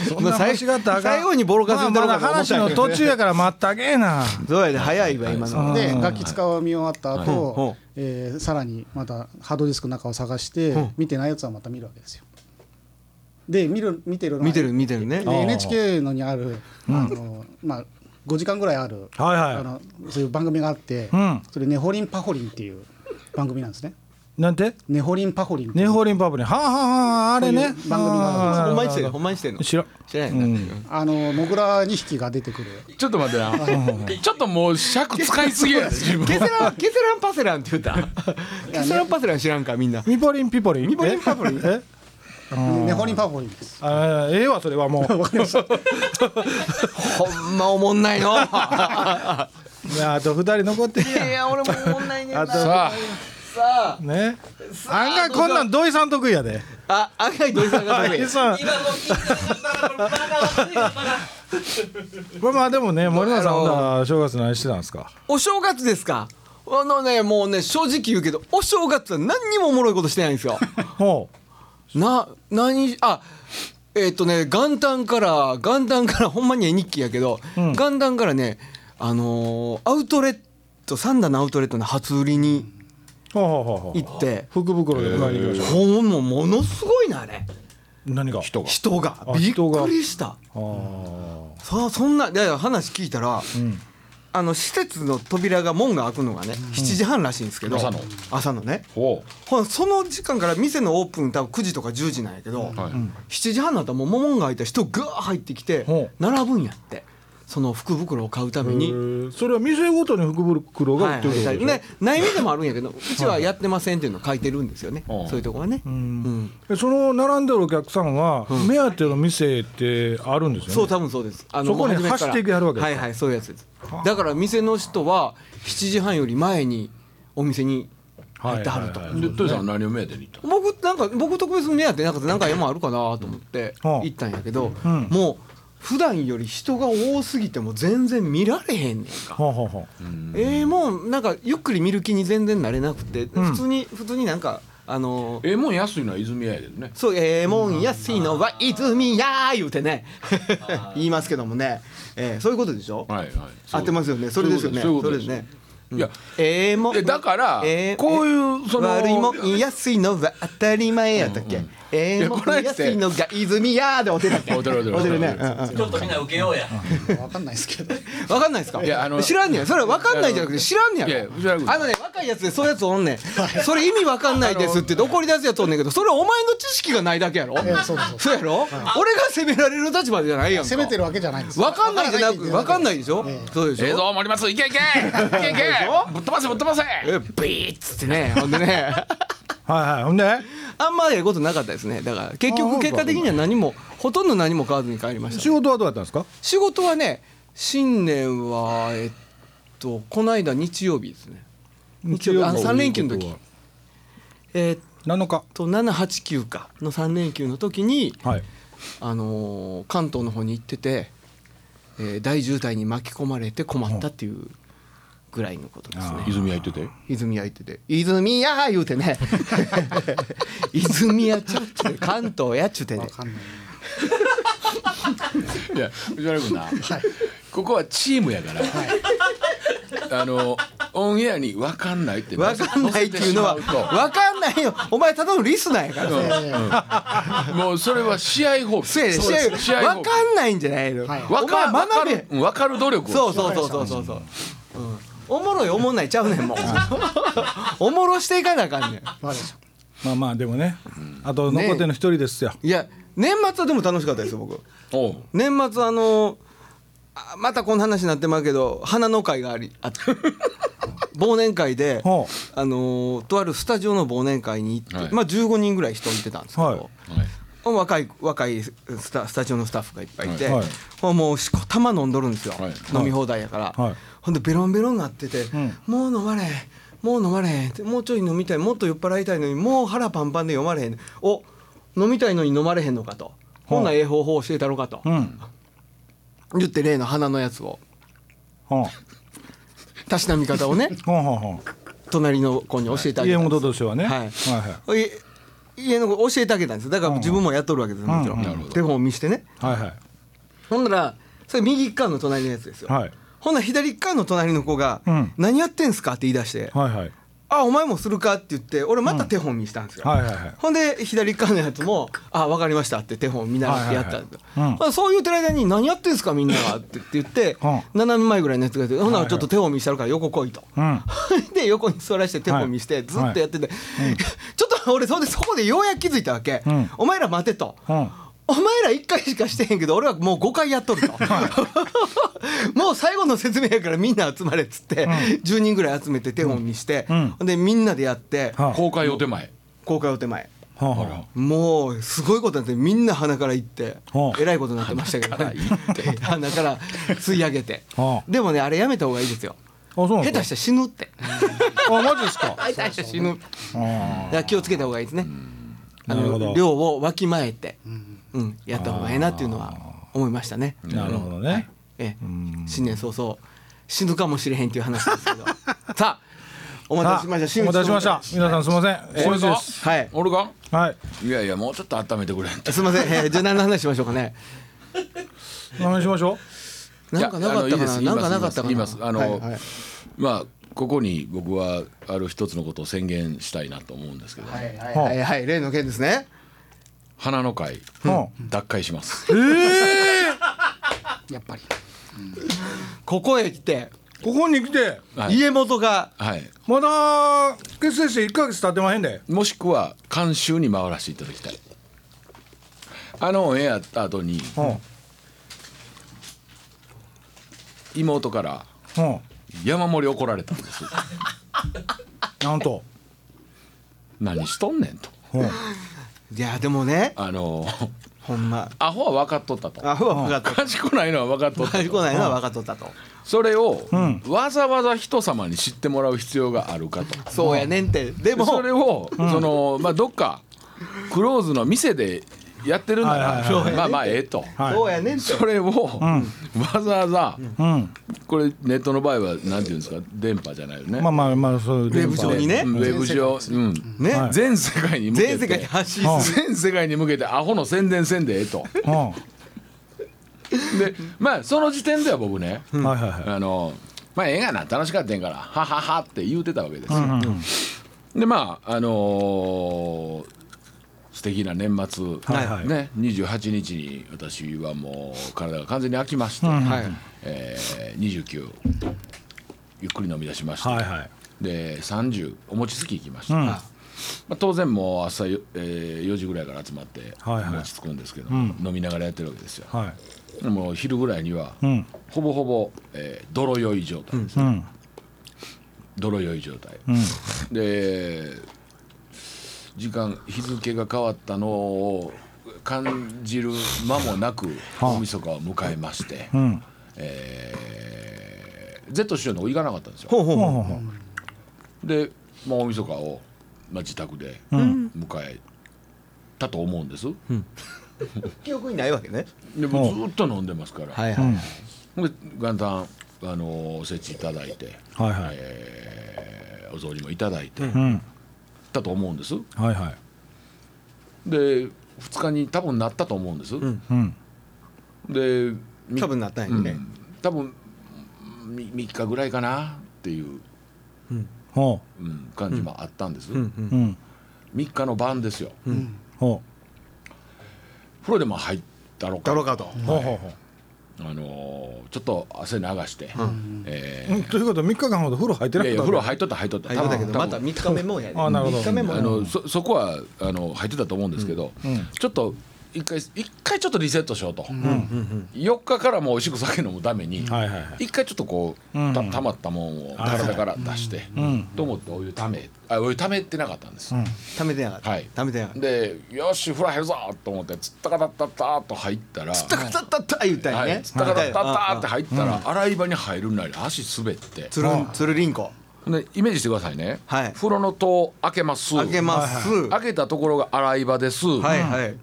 Speaker 1: そんな欲しがったらあかん
Speaker 2: 最後にボロカス言う
Speaker 1: ま
Speaker 2: た
Speaker 1: あま
Speaker 2: ろ
Speaker 1: だ
Speaker 2: かと思っ
Speaker 1: 話
Speaker 2: たんや
Speaker 1: の
Speaker 2: けど
Speaker 1: 途中やから待ったげえな
Speaker 2: そうやで早いわ今の
Speaker 5: でガキ使を見終わった後、
Speaker 2: はい
Speaker 5: えーさらにまたハードディスクの中を探して、見てないやつはまた見るわけですよ。で見る見てるのは
Speaker 2: 見てる見てるね
Speaker 5: で NHK のにあるあの、まあ、5時間ぐらいある、
Speaker 1: はいはい
Speaker 5: あのそういう番組があって、
Speaker 1: うん
Speaker 5: それ「ネホリンパホリン」っていう番組なんですね。
Speaker 1: なんて
Speaker 5: ネホリンパホリンってい
Speaker 1: ネ
Speaker 5: う
Speaker 1: ホリンパブリンはあはあはああれね
Speaker 5: そういう番組が
Speaker 1: あー
Speaker 2: ほんまにして
Speaker 1: な
Speaker 2: る
Speaker 1: るほ
Speaker 2: ほんまにしてんの
Speaker 1: ど知らん
Speaker 2: 知らないな
Speaker 5: あのモグラ2匹が出てくる
Speaker 3: ちょっと待ってなちょっともう尺使いすぎや で自分
Speaker 2: ケセランケセランパセランって言ったケセランパセラン知らんかみ んな
Speaker 1: ミポリンピポリンミポ
Speaker 2: リンパポリン
Speaker 1: え
Speaker 5: ネホリンパホリンです。
Speaker 1: あーええわそれはもう
Speaker 2: ほんまおもんないのい
Speaker 1: いやあと二人残ってるやん
Speaker 2: や俺もおもんないねんな
Speaker 1: あと
Speaker 2: さ
Speaker 3: さあ
Speaker 2: あ
Speaker 1: ね案外こんなん土井さん得意やで
Speaker 2: あ案外土井さんが得
Speaker 1: 土
Speaker 2: 意
Speaker 1: 井さん
Speaker 4: 今の聞いたらバカ悪いよバカ
Speaker 1: まあまあでもね森永さん
Speaker 2: あの
Speaker 1: ほんなら正月何してたんですか
Speaker 2: お正月ですかあのねもうね正直言うけどお正月は何にもおもろいことしてないんで すよ
Speaker 1: ほ
Speaker 2: な何あえっ、とね元旦から元旦からほんまに絵日記やけど、元旦からねあのーアウトレット三段のアウトレットの初売りに
Speaker 1: うほうほうほうほう
Speaker 2: 行って
Speaker 1: 福袋で買いに行きましょ
Speaker 2: ほんもものすごいなあれ
Speaker 1: う何が
Speaker 3: 人が
Speaker 2: 人が
Speaker 1: あ
Speaker 2: びっ
Speaker 1: 人が
Speaker 2: くりした
Speaker 1: あー
Speaker 2: さあそんないやいや話聞いたら、ああの施設の扉が門が開くのがね、7時半らしいんですけど
Speaker 3: 朝の
Speaker 2: 朝のね
Speaker 3: ほ
Speaker 2: ほんその時間から店のオープン多分9時とか10時なんやけど、
Speaker 3: う、はい
Speaker 2: 7時半になったらもう門が開いた人ぐわー入ってきて
Speaker 1: ほう
Speaker 2: 並ぶんやってその福袋を買うために。
Speaker 1: えーそれは店ごとに福袋が売
Speaker 2: は
Speaker 1: っ
Speaker 2: い
Speaker 1: てるってことでしょ、
Speaker 2: ね、ない店もあるんやけどうちはやってませんっていうのを書いてるんですよね、
Speaker 3: はい
Speaker 2: そういうところはね、うん
Speaker 1: えその並んでるお客さんは、目当ての店ってあるんです
Speaker 2: そ
Speaker 1: よ
Speaker 2: う
Speaker 1: ね
Speaker 2: 多分そうですあ
Speaker 1: そこに
Speaker 2: もう初めから
Speaker 1: 走っていきはるわけです
Speaker 2: は
Speaker 1: か
Speaker 2: いはいそういうやつですだから店の人は7時半より前にお店に入ってはると、
Speaker 1: はい
Speaker 3: でトイさんは何を目当てに行ったの
Speaker 2: 僕なんか僕特別に目当てなかったなんか山あるかなと思って
Speaker 1: はあ
Speaker 2: 行ったんやけど、
Speaker 1: うん
Speaker 2: もう普段より人が多すぎても全然見られへんねんか、
Speaker 1: ほうほうほう
Speaker 2: えー、もうなんかゆっくり見る気に全然なれなくて、
Speaker 1: ん
Speaker 2: 普通に普通になんかあのー
Speaker 3: ええもん安いのは泉屋やけどね
Speaker 2: そうええもん安いのは泉やー言うてね 言いますけどもね、えーそういうことでしょ、
Speaker 3: はいはい
Speaker 2: 合ってますよねそれですよね
Speaker 3: そういうこと
Speaker 2: れ
Speaker 3: で
Speaker 2: ですすね
Speaker 3: いや
Speaker 2: ええも
Speaker 3: え
Speaker 2: ん
Speaker 3: だからこういうその
Speaker 2: 悪いもん安いのは当たり前やったっけ、
Speaker 3: うんうん
Speaker 2: ええもん
Speaker 3: いやこれって
Speaker 2: 安いのが泉やーでおてたっけ
Speaker 3: 合うてる合うてる
Speaker 2: 合うてるね、
Speaker 3: 合うてる
Speaker 2: うんうん
Speaker 4: ちょっとみんな受けようや。
Speaker 5: わかんないですけど
Speaker 2: わかんないですか
Speaker 3: いやあの
Speaker 2: 知らんねやそれわかんないじゃなくて知らんねや
Speaker 3: いや藤原君
Speaker 2: あのね若いやつでそういうやつおんねんそれ意味わかんないですって言って怒り出すやつおんねんけどそれお前の知識がないだけやろ
Speaker 5: ええそうですそうです
Speaker 2: そうやろ俺が責められる立場じゃないやんか
Speaker 5: 攻めてるわけじゃないんです
Speaker 2: わかんないじゃなくわかんないでしょ
Speaker 5: え
Speaker 2: そうでしょ
Speaker 3: ええぞ森松 いけいけいけいけぶっ飛ばせぶっ飛ばせ
Speaker 2: えビーッつってねほんでね
Speaker 1: はいはいほんで
Speaker 2: あんまええことなかったですねだから結
Speaker 1: あそう
Speaker 2: 局
Speaker 1: か
Speaker 2: 結果的には何もほとんど何も買わずに帰りました
Speaker 1: 仕事はどうやったんですか
Speaker 2: 仕事はね新年はえっとこの間日曜日ですね日曜日あの3連休の時えっ
Speaker 1: 7日
Speaker 2: と789かの3連休の時に、
Speaker 1: はい
Speaker 2: あのー関東の方に行ってて、えー大渋滞に巻き込まれて困ったっていうぐらいのことですね。
Speaker 3: 泉屋行ってて
Speaker 2: 泉谷行ってて「泉谷!」言う てね「泉谷ちゃうっちゅうて関東や」っちゅうてね
Speaker 5: わかんない
Speaker 3: いや藤原君な、ここはチームやから、あのオンエアに分かんないって
Speaker 2: わかんないっていうのは
Speaker 3: 載せてしまうと
Speaker 2: わかんないよお前ただのリスナーやから
Speaker 3: うんもうそれは試合報告
Speaker 2: せやで
Speaker 3: そうです
Speaker 2: 試合わかんないんじゃないの、
Speaker 5: はい
Speaker 2: お
Speaker 3: 分か
Speaker 2: 前
Speaker 3: 分か
Speaker 2: 学
Speaker 3: る
Speaker 2: べ
Speaker 3: うん分かる努力を
Speaker 2: そうそうそうそうそうそう、うんおもろいおもんないちゃうねん もうおもろしていかなあかんねん
Speaker 5: わかりました
Speaker 1: まあまあでもね、あと残っての一人ですよ、
Speaker 2: いや年末はでも楽しかったですよ僕
Speaker 3: おう
Speaker 2: 年末あのあまたこんな話になってまうけど花の会がありあって 忘年会で、
Speaker 1: ほ
Speaker 2: あのーとあるスタジオの忘年会に行って、
Speaker 3: はい
Speaker 2: まあ15人ぐらい人いてたんですけど、
Speaker 1: はい
Speaker 3: はい
Speaker 2: 若い若いスタスタジオのスタッフがいっぱいいて、
Speaker 1: はい
Speaker 2: ほんもうしこたま飲んどるんですよ、
Speaker 3: はい
Speaker 2: 飲み放題やから、
Speaker 1: はい
Speaker 2: ほんでベロンベロンになってて、
Speaker 1: ん
Speaker 2: もう飲まれへんもう飲まれへんってもうちょい飲みたいもっと酔っ払いたいのにもう腹パンパンで飲まれへんお飲みたいのに飲まれへんのかとほんならええ方法教えたろかと、
Speaker 1: うん、
Speaker 2: 言って例の花のやつを
Speaker 1: ほう
Speaker 2: たしなみ方 をね
Speaker 1: ほうほうほ
Speaker 2: 隣の子に教えてあ
Speaker 1: う、
Speaker 2: げ
Speaker 1: 家
Speaker 2: たんです
Speaker 1: 元としてはね、
Speaker 2: はい
Speaker 1: はいはい
Speaker 2: い家の子教えてあげたんですだから自分もやっとるわけですもちろ
Speaker 1: うん
Speaker 2: ん、
Speaker 1: なる
Speaker 2: 手本を見してね
Speaker 1: はいはい
Speaker 2: ほんならそれ右側の隣のやつですよ、
Speaker 1: はい
Speaker 2: ほんなら左側の隣の子が
Speaker 1: うん
Speaker 2: 「何やってんすか?」って言い出して
Speaker 1: はいはい
Speaker 2: 「あお前もするか?」って言って俺また手本見したんですよ、
Speaker 1: はいはいはい
Speaker 2: ほんで左側のやつも「あ分かりました」って手本見ながらやったんですよ、
Speaker 1: はいはいはいうん
Speaker 2: ほなそう言うてる間に「何やってんすかみんなが」って言って
Speaker 1: うん
Speaker 2: 斜め前ぐらいのやつがいて「ほんならちょっと手本見したるから横来い」と。
Speaker 1: うん
Speaker 2: で横に座らして手本見して、
Speaker 1: はい
Speaker 2: ずっとやってて、 ちょっと俺それでそこでようやく気づいたわけ、
Speaker 1: うん
Speaker 2: お前ら待てと、
Speaker 1: うん
Speaker 2: お前ら1回しかしてへんけど俺はもう5回やっとるともう最後の説明やからみんな集まれっつって、10人ぐらい集めて手本見して、
Speaker 1: うん
Speaker 2: でみんなでやって、
Speaker 1: はあ
Speaker 3: 公開お手前
Speaker 2: 公開お手前
Speaker 1: ほうほう
Speaker 2: もうすごいことになってみんな鼻からいって
Speaker 1: はあ
Speaker 2: えらいことになってましたけどね鼻から吸い上げて
Speaker 1: はあ
Speaker 2: でもねあれやめた方がいいですよ
Speaker 1: あそうなんです
Speaker 2: 下手
Speaker 1: か
Speaker 2: したら死ぬって。
Speaker 1: あマジですか
Speaker 2: 下手したら死ぬ
Speaker 1: あ
Speaker 2: だから気をつけた方がいいですね。あ
Speaker 1: なるほど
Speaker 2: の量をわきまえて、うん、やった方がいいなっていうのは思いましたね。
Speaker 1: ーなるほどね、
Speaker 2: ええ、新年早々死ぬかもしれへんっていう話ですけど。さあ、お待たせしました。
Speaker 1: さあお待たせしました皆さんすみません、えー、
Speaker 3: 俺か
Speaker 1: です
Speaker 2: はい。
Speaker 3: 俺か
Speaker 1: はい
Speaker 3: いやいやもうちょっと温めてくれんと
Speaker 2: すみません。えーじゃあ何の話しましょうかね。
Speaker 1: 何しましょ
Speaker 2: なんかなかったかな。
Speaker 3: いやあのいいです
Speaker 2: なんかなかったか
Speaker 3: 言
Speaker 2: な
Speaker 3: いま。す言いますあの、まあここに僕はある一つのことを宣言したいなと思うんですけど、
Speaker 2: はいはいはいはい例の件ですね。
Speaker 3: 花の会
Speaker 1: う、
Speaker 3: 脱会します、
Speaker 5: やっぱり
Speaker 2: ここへ来て
Speaker 1: ここに来て
Speaker 3: はい
Speaker 2: 家元が
Speaker 3: はい
Speaker 1: まだ結成して1か月経ってまへんで
Speaker 3: もしくは監修に回らせていただきたいあのオンエアやった後に
Speaker 1: うん
Speaker 3: 妹から
Speaker 1: うん
Speaker 3: 山盛り怒られたんです
Speaker 1: なんと
Speaker 3: 何しとんねんと
Speaker 1: うん
Speaker 2: いやでもね
Speaker 3: あの
Speaker 2: ほんま
Speaker 3: アホは分かっとったと
Speaker 2: あふわふわと
Speaker 3: 賢ないのは分かっとった
Speaker 2: 何
Speaker 3: と
Speaker 2: こないのは分かっとったと
Speaker 3: それを
Speaker 1: ん
Speaker 3: わざわざ人様に知ってもらう必要があるかと
Speaker 2: そうやねんってでも
Speaker 3: それをそのまあどっかクローズの店でやってるな
Speaker 1: はいはい
Speaker 2: は
Speaker 3: ら
Speaker 2: い
Speaker 3: まあまあええと
Speaker 1: はい
Speaker 2: そうやねんって
Speaker 3: それをわざわざ
Speaker 1: うん
Speaker 3: これネットの場合はなんていうんですか電波じゃないよね
Speaker 1: まあまあまあそういう
Speaker 2: ウェブ上にね
Speaker 3: うんウェブ上うん
Speaker 2: ね
Speaker 1: はい
Speaker 3: 全世界に向けて
Speaker 2: 全世界に発信す
Speaker 3: 全世界に向けてアホの宣伝せんでええと
Speaker 1: うんは
Speaker 3: でまあその時点では僕ね
Speaker 1: いはいは
Speaker 3: あのまあええがな楽しかったんからはははって言うてたわけですよ、
Speaker 1: いうん
Speaker 3: でまああのー素敵な年末、
Speaker 1: はいはい
Speaker 3: ね、28日に私はもう体が完全に空きまして、
Speaker 2: るはい
Speaker 3: えー29ゆっくり飲み出しまして、
Speaker 1: はいはい
Speaker 3: で30お餅つき行きました、
Speaker 1: うん
Speaker 3: まあ、当然もう朝よ、えー4時ぐらいから集まって
Speaker 1: はいはい
Speaker 3: 餅つくんですけど、
Speaker 1: ん
Speaker 3: 飲みながらやってるわけですよ、
Speaker 1: はい
Speaker 3: でもう昼ぐらいには、
Speaker 1: うん
Speaker 3: ほぼほぼ、えー泥酔い状態です、
Speaker 1: うん
Speaker 3: 泥酔い状態、
Speaker 1: うん
Speaker 3: で時間日付が変わったのを感じる間もなく
Speaker 1: はあ
Speaker 3: 大晦日を迎えまして、
Speaker 1: うん
Speaker 3: えー、Z 師匠の方行かなかったんですよ
Speaker 2: ほうほう
Speaker 1: ほう
Speaker 2: ほ
Speaker 1: ほうほう
Speaker 3: で、まあ、大晦日を、まあ、自宅で
Speaker 1: うん
Speaker 3: 迎えたと思うんです、
Speaker 2: う記憶にないわけね
Speaker 3: でもうずーっと飲んでますから、
Speaker 2: はいは
Speaker 1: う
Speaker 2: い
Speaker 1: ん
Speaker 3: で元旦あのおせちいただいて、
Speaker 1: はいはい
Speaker 3: えーお雑煮もいただいて、
Speaker 1: うん
Speaker 3: だと思うんです
Speaker 1: はいはい
Speaker 3: で2日に多分なったと思うんです、
Speaker 2: ん
Speaker 1: うん
Speaker 3: でみ
Speaker 2: 多分なったん
Speaker 3: う
Speaker 2: やね
Speaker 3: ん、多分み3日ぐらいかなっていう、
Speaker 1: ほ
Speaker 3: うん、感じもあったんです、
Speaker 2: うんうん
Speaker 1: ううん
Speaker 3: 3日の晩ですよ、
Speaker 1: ほ
Speaker 3: 風呂でも入ったろか
Speaker 2: だろうかと
Speaker 1: うほうほうほう
Speaker 3: あのーちょっと汗流して、えー
Speaker 1: うんということは3日間ほど風呂入って
Speaker 3: い
Speaker 1: なかっ
Speaker 3: やいや
Speaker 1: た
Speaker 3: 風呂入っとった入っとった
Speaker 2: 入ったけど
Speaker 3: 多分
Speaker 2: また3日目もやね
Speaker 1: あなるほど
Speaker 2: 3日目も
Speaker 3: あのそそこはあの入ってたと思うんですけど、
Speaker 1: うん
Speaker 3: ちょっと一回一回ちょっとリセットしようと、4日からもうおしく酒飲むために、
Speaker 1: はいはいはい
Speaker 3: 一回ちょっとこう
Speaker 1: うん
Speaker 3: たたまったもんを体から出して、
Speaker 1: ん
Speaker 3: と思ってお湯ためあお湯ためてなかったんです、
Speaker 2: 貯めてなかった
Speaker 3: はい
Speaker 2: 貯めてなかった
Speaker 3: でよし風呂入るぞと思ってつったかたったったーっと入ったら
Speaker 2: タカタッタッタ言ったんや
Speaker 3: は
Speaker 2: ね
Speaker 3: いつったかたったったーって
Speaker 2: ああ
Speaker 3: 入ったら、洗い場に入るなり足滑って
Speaker 2: つるんつるりんこ
Speaker 3: でイメージしてくださいね、
Speaker 2: はい
Speaker 3: 風呂の戸開けます
Speaker 2: 開けます
Speaker 3: 開けたところが洗い場です、
Speaker 2: はいはい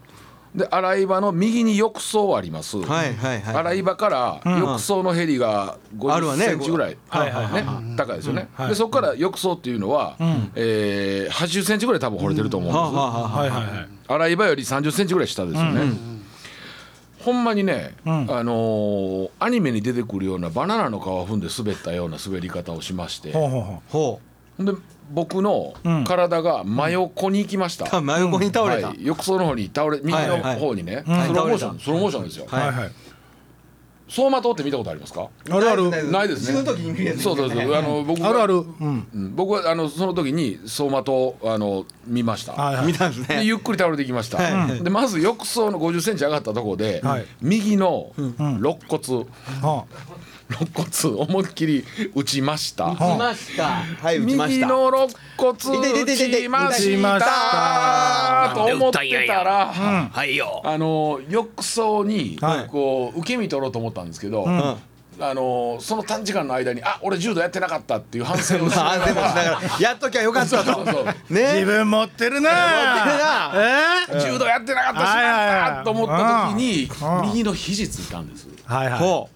Speaker 3: で洗い場の右に浴槽あります、
Speaker 2: はいはいはい
Speaker 3: 洗い場から浴槽のヘリが
Speaker 2: あるわ
Speaker 3: 50
Speaker 2: ね
Speaker 3: センチぐらい、
Speaker 1: はいはいはい
Speaker 3: ね、高いですよね、
Speaker 1: はい
Speaker 3: でそこから浴槽っていうのは、えー80センチぐらい多分掘れてると思うん
Speaker 2: は
Speaker 3: です
Speaker 2: あ、はあはあ
Speaker 1: はいはいはい
Speaker 3: 洗い場より30センチぐらい下ですよね、ほんまにね、
Speaker 1: ん
Speaker 3: あのーアニメに出てくるようなバナナの皮を踏んで滑ったような滑り方をしまして
Speaker 1: ほうほうほ
Speaker 2: ほ
Speaker 3: で僕の
Speaker 1: うん
Speaker 3: 体が真横に行きました、
Speaker 2: う真横に倒れた
Speaker 3: はい、浴槽の方に倒れ右
Speaker 2: はい
Speaker 3: の
Speaker 2: はい
Speaker 3: 方にね、
Speaker 2: はい
Speaker 3: スローモー
Speaker 2: 倒
Speaker 3: ショ
Speaker 2: れ
Speaker 3: ン
Speaker 2: た
Speaker 3: スローモーションですよ、
Speaker 1: う
Speaker 2: はい
Speaker 1: はいはい
Speaker 3: 相馬灯って見たことありますか
Speaker 1: あるある
Speaker 3: ないですね
Speaker 2: 死ぬ時に見るやつ
Speaker 3: そうそうそうあの僕が
Speaker 1: あるあるうん
Speaker 3: うん僕はあのその時に相馬灯あの見ました、
Speaker 1: はいはい
Speaker 2: 見たんです
Speaker 3: で
Speaker 2: ね
Speaker 3: ゆっくり倒れていきました、
Speaker 2: はい
Speaker 3: でまず浴槽の5 0ンチ上がったところで、
Speaker 1: はい
Speaker 3: 右の
Speaker 1: ん
Speaker 3: 肋骨
Speaker 1: は
Speaker 3: 肋骨思いっきり打ちました、
Speaker 1: は
Speaker 4: ました。
Speaker 2: はい打ちまし
Speaker 3: 右
Speaker 2: た
Speaker 3: の肋骨打
Speaker 2: 痛い痛い痛い痛
Speaker 3: ち
Speaker 2: い
Speaker 3: ま
Speaker 1: 打ちま
Speaker 3: し
Speaker 1: したた
Speaker 3: と思ってたら、
Speaker 6: はいよ。
Speaker 3: あの浴槽に
Speaker 1: はい
Speaker 3: こう受け身取ろうと思ったんですけど、
Speaker 1: ん
Speaker 3: あのその短時間の間にあ俺柔道やってなかったっていう反省をしな
Speaker 2: ま
Speaker 3: が
Speaker 2: あでもしなが
Speaker 3: ら
Speaker 2: らやっときゃよかった
Speaker 3: そう
Speaker 2: と
Speaker 3: そう
Speaker 1: 自
Speaker 2: ね
Speaker 1: 分持ってるな
Speaker 2: 持っ
Speaker 1: え
Speaker 2: てる
Speaker 1: ー
Speaker 3: 柔道やってなかったし
Speaker 1: はいはいはい
Speaker 3: なったと思った時に
Speaker 1: うんうん
Speaker 3: 右の肘ついたんです。
Speaker 1: はいは
Speaker 2: ほ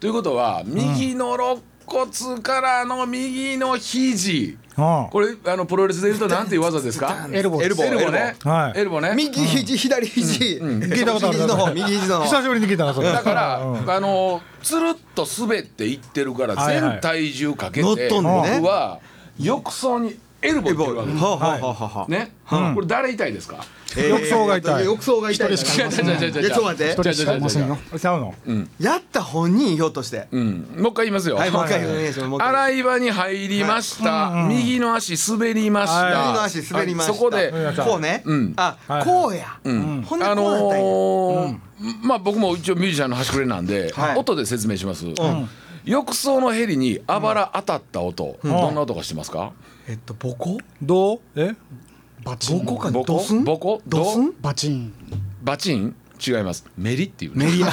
Speaker 3: ということは右の肋骨からの右の肘
Speaker 1: いうん
Speaker 3: これあのプロレスで言うとなんていう技ですか
Speaker 1: エルボー
Speaker 3: エ
Speaker 1: です
Speaker 3: ルボーエルボーね、
Speaker 1: はい
Speaker 3: エルボー
Speaker 2: う
Speaker 3: ね
Speaker 2: 右肘左肘
Speaker 1: 聞いたことある
Speaker 2: 右肘の方右肘の方
Speaker 1: 久しぶりに聞いたなそれ
Speaker 3: だから、
Speaker 1: うん
Speaker 3: あのつるっと滑っていってるから
Speaker 1: はいはい
Speaker 3: 全体重かけて、
Speaker 2: 乗っとんのね
Speaker 3: 僕は浴槽にエルボーっていうわけです
Speaker 2: はあはあはあはあ
Speaker 3: ね、
Speaker 1: うん
Speaker 3: これ誰痛いですか
Speaker 7: えー
Speaker 1: 浴槽が痛い
Speaker 7: 浴槽が痛い
Speaker 5: 一人し
Speaker 3: かいません
Speaker 7: やちょっと待って
Speaker 5: 一人しかいませんよ
Speaker 1: ちゃうの
Speaker 2: やった本人ひょっとして
Speaker 3: うん、もう一回言いますよ、
Speaker 2: はいもう一回お願いしますもう一回
Speaker 3: 洗い場に入りました、右の足滑りました、
Speaker 1: はい
Speaker 2: 右の足滑りました
Speaker 3: そこで、
Speaker 1: はい
Speaker 2: こうね
Speaker 3: うん
Speaker 2: あ
Speaker 1: はい
Speaker 2: こうや
Speaker 3: うん
Speaker 2: ほんで
Speaker 3: あ
Speaker 2: こうやったんや
Speaker 3: のーまあ僕も一応ミュージシャンの端くれなんで、
Speaker 2: はい
Speaker 3: 音で説明します、浴槽のヘリにあばら当たった音、どんな音がしてますか、
Speaker 2: えっとボコ
Speaker 1: どうえ
Speaker 5: バチン
Speaker 2: ボコか
Speaker 3: ボコ
Speaker 2: ドスン
Speaker 3: ボコ
Speaker 2: ドスン
Speaker 5: バチン
Speaker 3: バチン違いますメリっていうね
Speaker 2: メリや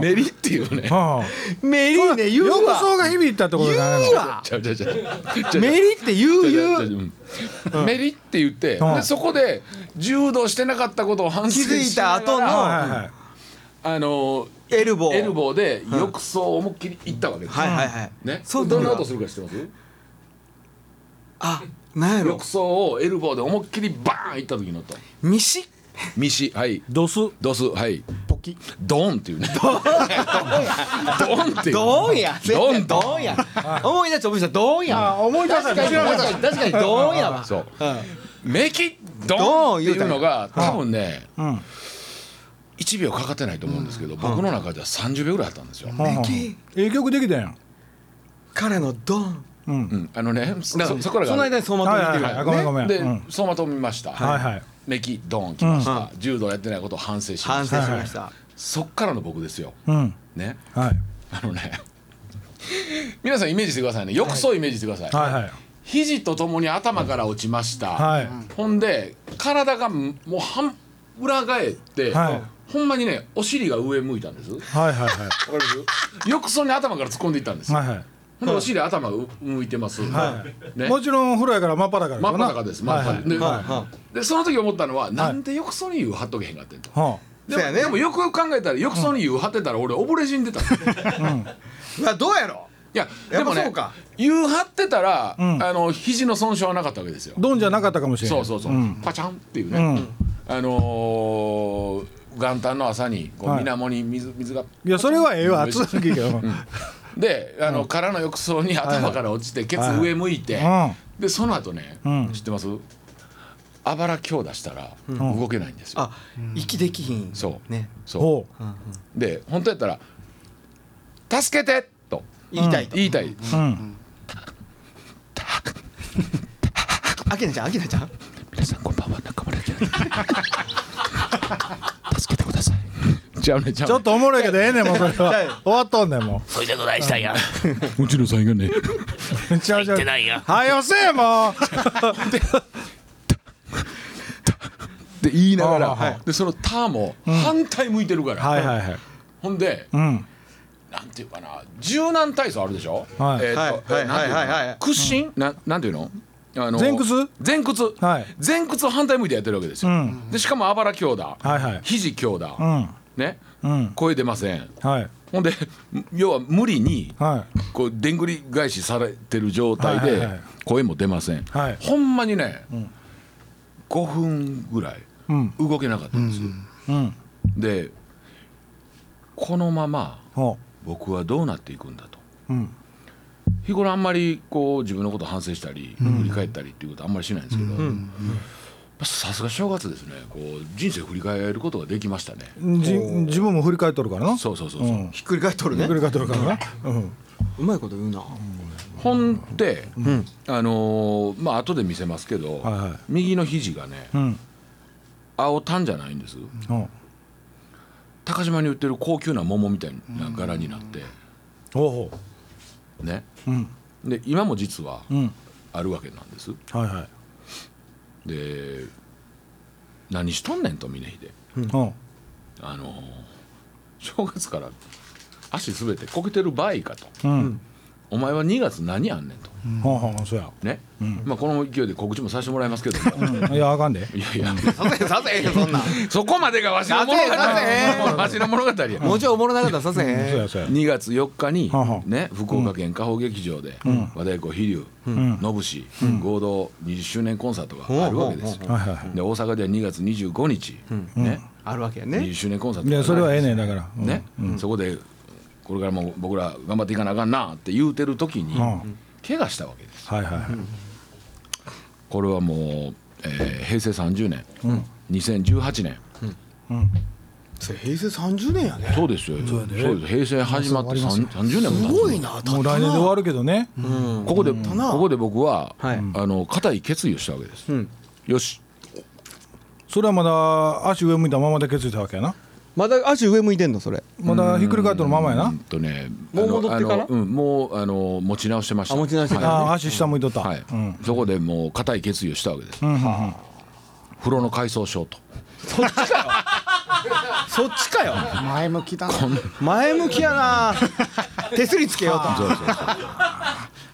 Speaker 3: メリっていうね
Speaker 1: はあ
Speaker 2: メリね言
Speaker 1: 浴
Speaker 2: うわ
Speaker 1: 槽が響いたってことじゃないの
Speaker 2: 言うわ
Speaker 3: ちゃうちゃう ちゃうちゃう
Speaker 2: メリって言う言う
Speaker 3: うんメリって言って、
Speaker 1: うん
Speaker 3: でそこで柔道してなかったことを反省
Speaker 2: 気づい
Speaker 3: したな
Speaker 2: 後
Speaker 3: が
Speaker 1: は
Speaker 3: ら
Speaker 1: い
Speaker 2: の
Speaker 1: はいはい
Speaker 3: あの
Speaker 2: エルボー
Speaker 3: エルボーで浴槽を思いっきり行ったわけです、
Speaker 2: はいはいはい
Speaker 3: ね、
Speaker 2: そ
Speaker 3: そうう
Speaker 2: だ
Speaker 3: どんな音するか知ってます
Speaker 2: あなんやろ
Speaker 3: 浴槽をエルボーで思いっきりバーン行った時の音
Speaker 2: ミシッ
Speaker 3: ミシはい
Speaker 1: ドス
Speaker 3: ドスはい
Speaker 5: ポキ
Speaker 3: ドンっていうね ドンっていう
Speaker 2: ドーンや
Speaker 3: ドン
Speaker 2: ドーンや思い出して思い出したドーンや
Speaker 1: 思い出した
Speaker 2: 確かに確かにドーンやわ
Speaker 3: そう、メキド
Speaker 2: ドン
Speaker 3: ンって
Speaker 2: 言う
Speaker 3: い
Speaker 2: た
Speaker 3: うん
Speaker 2: や
Speaker 3: のが多分ね、
Speaker 1: ん
Speaker 3: 1秒かかってないと思うんですけど、僕の中では30秒ぐらいあったんですよ、
Speaker 1: うん
Speaker 2: キ
Speaker 1: ええ曲できたやん
Speaker 2: 彼のドーン
Speaker 1: うん
Speaker 3: うんあのねそ
Speaker 2: だから
Speaker 3: そそこらが
Speaker 2: その間に相馬と見てる
Speaker 1: はいはいはいごめんごめん
Speaker 3: で、
Speaker 1: うん
Speaker 3: 走馬灯見ました、
Speaker 1: はいはい
Speaker 3: メキドン来ました、柔道やってないことを反省しま
Speaker 2: 反
Speaker 3: した
Speaker 2: 省しました
Speaker 3: そっからの僕ですよ
Speaker 1: うん
Speaker 3: ね
Speaker 1: はい
Speaker 3: あのね皆さんイメージしてくださいね浴槽をイメージしてください、
Speaker 1: はいはい
Speaker 3: 肘とともに頭から落ちました、
Speaker 1: はい
Speaker 3: ほんで体がもう半裏返って、
Speaker 1: はい
Speaker 3: ほんまにねお尻が上向いたんですわか
Speaker 1: はいはいはい
Speaker 3: ります浴槽に頭から突っ込んでいったんですよ、
Speaker 1: はいは
Speaker 3: ほんでお尻頭が向いてます、
Speaker 1: はい
Speaker 3: ね
Speaker 1: いもちろんお風呂やから真っ裸や
Speaker 3: 真
Speaker 1: か
Speaker 3: っ
Speaker 1: ら
Speaker 3: 裸です真っ
Speaker 1: はいは
Speaker 3: 裸
Speaker 1: い
Speaker 3: で,、
Speaker 2: は
Speaker 3: でその時思ったのは、なんで浴槽に湯張っとけへんかってんと
Speaker 1: は
Speaker 3: で
Speaker 2: そ
Speaker 3: も,、
Speaker 2: うやね
Speaker 3: でもよくよく考えたら浴槽に湯張ってたら俺溺れ死んでたのいう
Speaker 2: わどうやろ
Speaker 3: や
Speaker 2: やっ
Speaker 3: で
Speaker 2: ぱ
Speaker 3: も
Speaker 2: そ
Speaker 3: ね
Speaker 2: うか
Speaker 3: 湯張ってたら、
Speaker 1: ん
Speaker 3: あの肘の損傷はなかったわけですよ
Speaker 1: あドンじゃなかったかもしれない
Speaker 3: そうそうそう、
Speaker 1: ん
Speaker 3: パチャンっていうね、
Speaker 1: うん
Speaker 3: あのー元旦の朝にこう
Speaker 1: はい
Speaker 3: 水面に水水が
Speaker 1: いやそれはええわ熱いけどうん
Speaker 3: であの、空の浴槽に頭から落ちて、ケツ上向いて、でその後ね、
Speaker 1: うん
Speaker 3: 知ってますあばら強打したら動けないんですよ、
Speaker 2: あ息できひん
Speaker 3: そう
Speaker 2: ね
Speaker 3: そう
Speaker 1: ほう
Speaker 3: で本当やったら「助けて!」と
Speaker 2: 言いたいと
Speaker 3: 言いたい、
Speaker 1: うん
Speaker 2: あきなちゃんあきなちゃん
Speaker 3: 皆さんこんばんは中村明です 助けてくださいじゃあねじゃ
Speaker 1: ちょっとおもろいけどええねんもうそれは終わっとんねんも
Speaker 6: それでどないしたんや
Speaker 3: うちのさんがね
Speaker 1: うちゃうち
Speaker 6: 言
Speaker 1: ゃ
Speaker 6: っ
Speaker 1: う
Speaker 6: てないんや
Speaker 1: はよせえもう
Speaker 3: って言いながら、
Speaker 1: はいはい
Speaker 3: でその「タ」も反対向いてるから、
Speaker 1: はいはいはい
Speaker 3: ほんで
Speaker 1: うん
Speaker 3: なんていうかな柔軟体操あるでしょ、
Speaker 1: はい
Speaker 3: えーっと
Speaker 2: はい
Speaker 3: えーなん
Speaker 2: は
Speaker 3: てうの
Speaker 2: いはいはい
Speaker 3: 屈伸、なんなんていうのあの
Speaker 1: 前屈
Speaker 3: 前屈、
Speaker 1: はい
Speaker 3: 前屈を反対向いてやってるわけですよ、
Speaker 1: うん
Speaker 3: でしかもあばら強打、
Speaker 1: はいはい
Speaker 3: 肘強打、
Speaker 1: うん
Speaker 3: ね
Speaker 1: うん
Speaker 3: 声出ません
Speaker 1: はい
Speaker 3: ほんで要は無理に
Speaker 1: は
Speaker 3: こうでんぐり返しされてる状態
Speaker 1: はいはい
Speaker 3: で
Speaker 1: はい
Speaker 3: 声も出ません、
Speaker 1: はい
Speaker 3: ほんまにね、5分ぐらい
Speaker 1: いうん
Speaker 3: 動けなかったんですよ、
Speaker 1: うん
Speaker 3: でこのまま
Speaker 1: ほ
Speaker 3: 僕はどうなっていくんだと
Speaker 1: ううん
Speaker 3: 日頃あんまりこう自分のこと反省したり振り返ったりっていうことあんまりしないんですけど、さすが正月ですねこう人生振り返ることができましたね、
Speaker 1: じ自分も振り返っとるからな
Speaker 3: そうそうそうそう、
Speaker 1: うん
Speaker 2: ひっくり返っとるね
Speaker 1: 振り返っとるからなうん
Speaker 2: うまいこと言うな
Speaker 3: ほんで、あのーまあ後で見せますけど、
Speaker 1: はいはい
Speaker 3: 右の肘がね
Speaker 1: うん
Speaker 3: 青たんじゃないんです
Speaker 1: ほ
Speaker 3: 高島に売ってる高級な桃みたいな柄になって
Speaker 1: うほ
Speaker 3: ね
Speaker 1: ううん
Speaker 3: で今も実は
Speaker 1: うん
Speaker 3: あるわけなんです
Speaker 1: はいはい
Speaker 3: で何しとんねんと峰秀
Speaker 1: ほ
Speaker 3: あのー正月から足すべてこけてる場合かと
Speaker 1: ううん
Speaker 3: お前は2月何あんねんと
Speaker 1: ほうほうそうや
Speaker 3: ね、まあこの勢いで告知もさせてもらいますけども、
Speaker 1: うんいやあかんで
Speaker 3: いやいや
Speaker 2: させへんさせへんよそんなん
Speaker 3: そこまでがわしの物
Speaker 2: だ
Speaker 3: 語
Speaker 2: ぜだぜ
Speaker 3: わしの物語や
Speaker 2: もうちょいおもろなかったらさせへ
Speaker 1: そうんやそうや
Speaker 3: 2月4日に
Speaker 1: はは
Speaker 3: ね福岡県加穂劇場で和太鼓飛龍
Speaker 1: ん
Speaker 3: のぶし合同20周年コンサートがあるわけですよ
Speaker 1: はいはいは
Speaker 3: で大阪では2月25日ね
Speaker 2: あるわけや
Speaker 3: 20
Speaker 2: ね
Speaker 3: 周年コンサート
Speaker 1: いい
Speaker 3: があ
Speaker 1: や
Speaker 3: る
Speaker 1: そ
Speaker 3: わ
Speaker 1: れ
Speaker 3: け
Speaker 1: は
Speaker 3: で
Speaker 1: ええ
Speaker 3: す
Speaker 1: ねんだからうん
Speaker 3: ねそこでこれからも僕ら頑張っていかなあかんなって言うてる時に
Speaker 1: うん
Speaker 3: 怪我したわけです
Speaker 1: はいはいはい、
Speaker 3: これはもう、えー平成30年、2018年
Speaker 2: それ平成30年やね
Speaker 3: そうですよ、そうです平成始まって三30年
Speaker 2: す
Speaker 3: も経つ
Speaker 2: ごいな
Speaker 1: もう来年で終わるけどね、
Speaker 3: ここで、こ
Speaker 2: な
Speaker 3: こで僕は、
Speaker 2: はい
Speaker 3: あの固い決意をしたわけです、
Speaker 2: ん
Speaker 3: よし
Speaker 1: それはまだ足上向いたままで決意したわけやな
Speaker 2: まだ足上向いてんのそれ
Speaker 1: まだひっくり返ったのままやな、
Speaker 3: うんとね
Speaker 2: もう
Speaker 3: あの
Speaker 2: 戻ってから
Speaker 3: あのうん、もうあの持ち直してました
Speaker 2: あ持ち直してから
Speaker 3: は
Speaker 1: ああ足下向いとった、
Speaker 3: い、はい
Speaker 1: うん
Speaker 3: そこでもう固い決意をしたわけです、風呂の改装しようと
Speaker 2: そっちかよ
Speaker 5: 前向きだな
Speaker 2: 前向きや な手すりつけようと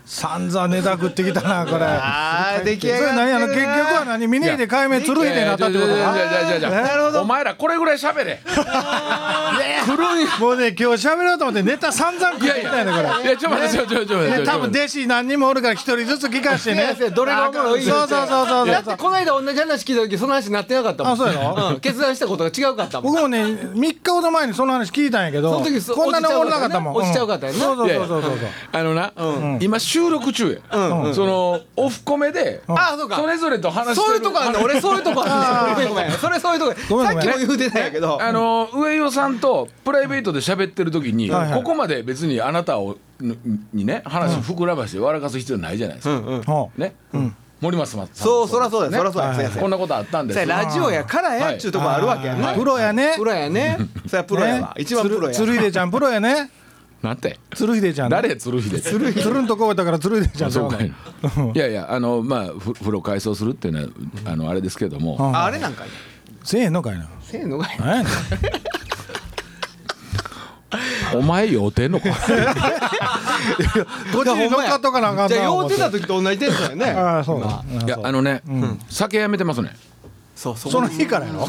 Speaker 1: 散々ネタ食ってきたなこれ
Speaker 2: あー出来
Speaker 1: そ
Speaker 2: 上
Speaker 1: れ何
Speaker 2: が
Speaker 1: や
Speaker 2: っ
Speaker 1: の
Speaker 2: て
Speaker 1: 結局
Speaker 2: るな
Speaker 1: は何峰秀解明鶴秀になったってこと
Speaker 3: いやい
Speaker 1: か
Speaker 3: やいやいやいや
Speaker 2: なるほど
Speaker 3: お前らこれぐらい喋れ
Speaker 1: もうね今日喋ろうと思ってネタ散々食
Speaker 3: い
Speaker 1: ってき
Speaker 3: やい
Speaker 1: たんだ
Speaker 3: や
Speaker 1: か
Speaker 3: いやちょっと待ってちょっと待ってちょっと
Speaker 1: ら
Speaker 3: 待っ
Speaker 1: ね
Speaker 3: て
Speaker 1: 多分弟子何人もおるから一人ずつ聞かして
Speaker 2: いや
Speaker 1: ね
Speaker 2: いやどれがおもろい
Speaker 1: そうそうそうそう
Speaker 2: だってこの間同じ話聞いた時その話なってなかったもん
Speaker 1: あそうやろ
Speaker 2: ん決断したことが違うかったもん
Speaker 1: 僕もね3日ほど前にその話聞いたんやけど
Speaker 2: その時そう
Speaker 1: こんなにおもろなかったもん
Speaker 2: 落ちちゃうかったよね
Speaker 1: うんそう
Speaker 3: いやい
Speaker 1: そう
Speaker 3: や
Speaker 1: そうそうそう
Speaker 3: あのな、今収録中や、そのオフコメで、
Speaker 2: あそうか
Speaker 3: それぞれと話して
Speaker 2: そう
Speaker 3: る
Speaker 2: いうとこあんねん俺そういうとこあんねんごめんごめんそれそういうと
Speaker 1: ご
Speaker 2: こ
Speaker 1: めん
Speaker 2: さ
Speaker 1: ごめん
Speaker 2: っきも言うてたんやけど
Speaker 3: あの上与さんとプライベートで喋ってる時に、
Speaker 1: はいはい
Speaker 3: ここまで別にあなたをににね話を膨らまして笑かす必要ないじゃないですか、
Speaker 1: ほう
Speaker 3: ね、森松松さん
Speaker 2: そうそらそうだよそらそうだ
Speaker 1: は
Speaker 2: よ
Speaker 1: い
Speaker 2: そうやそう
Speaker 3: こ
Speaker 2: や
Speaker 3: んなことあったんです
Speaker 2: そうやラジオやから
Speaker 3: は
Speaker 2: や
Speaker 3: い
Speaker 2: っちゅうとこあるわけやな
Speaker 1: はいプロやね
Speaker 2: プロやねそりゃプロやわ
Speaker 1: ね
Speaker 2: 一番プロや
Speaker 1: 鶴鶴秀ちゃんプロやね
Speaker 3: なんて
Speaker 1: 鶴秀ちゃんね
Speaker 3: 誰鶴秀って
Speaker 1: 鶴んとこだから鶴秀ちゃ
Speaker 3: あ
Speaker 1: ん
Speaker 3: そう
Speaker 1: だ
Speaker 3: かいないやいやあのまあふ風呂改装するっていうのはあのあれですけども、
Speaker 1: ん
Speaker 2: ああれなんかい
Speaker 1: せえへんのかいな
Speaker 2: せえのがい
Speaker 1: 何やねん
Speaker 3: お前酔うて んのか
Speaker 1: こっちに乗っかっとかなあかんな
Speaker 2: じゃあ酔うてた
Speaker 1: 思
Speaker 2: 時と同じテンションやね
Speaker 1: ああそうだ
Speaker 3: いやあのね、酒やめてますね
Speaker 2: そうそう
Speaker 1: その日からやろ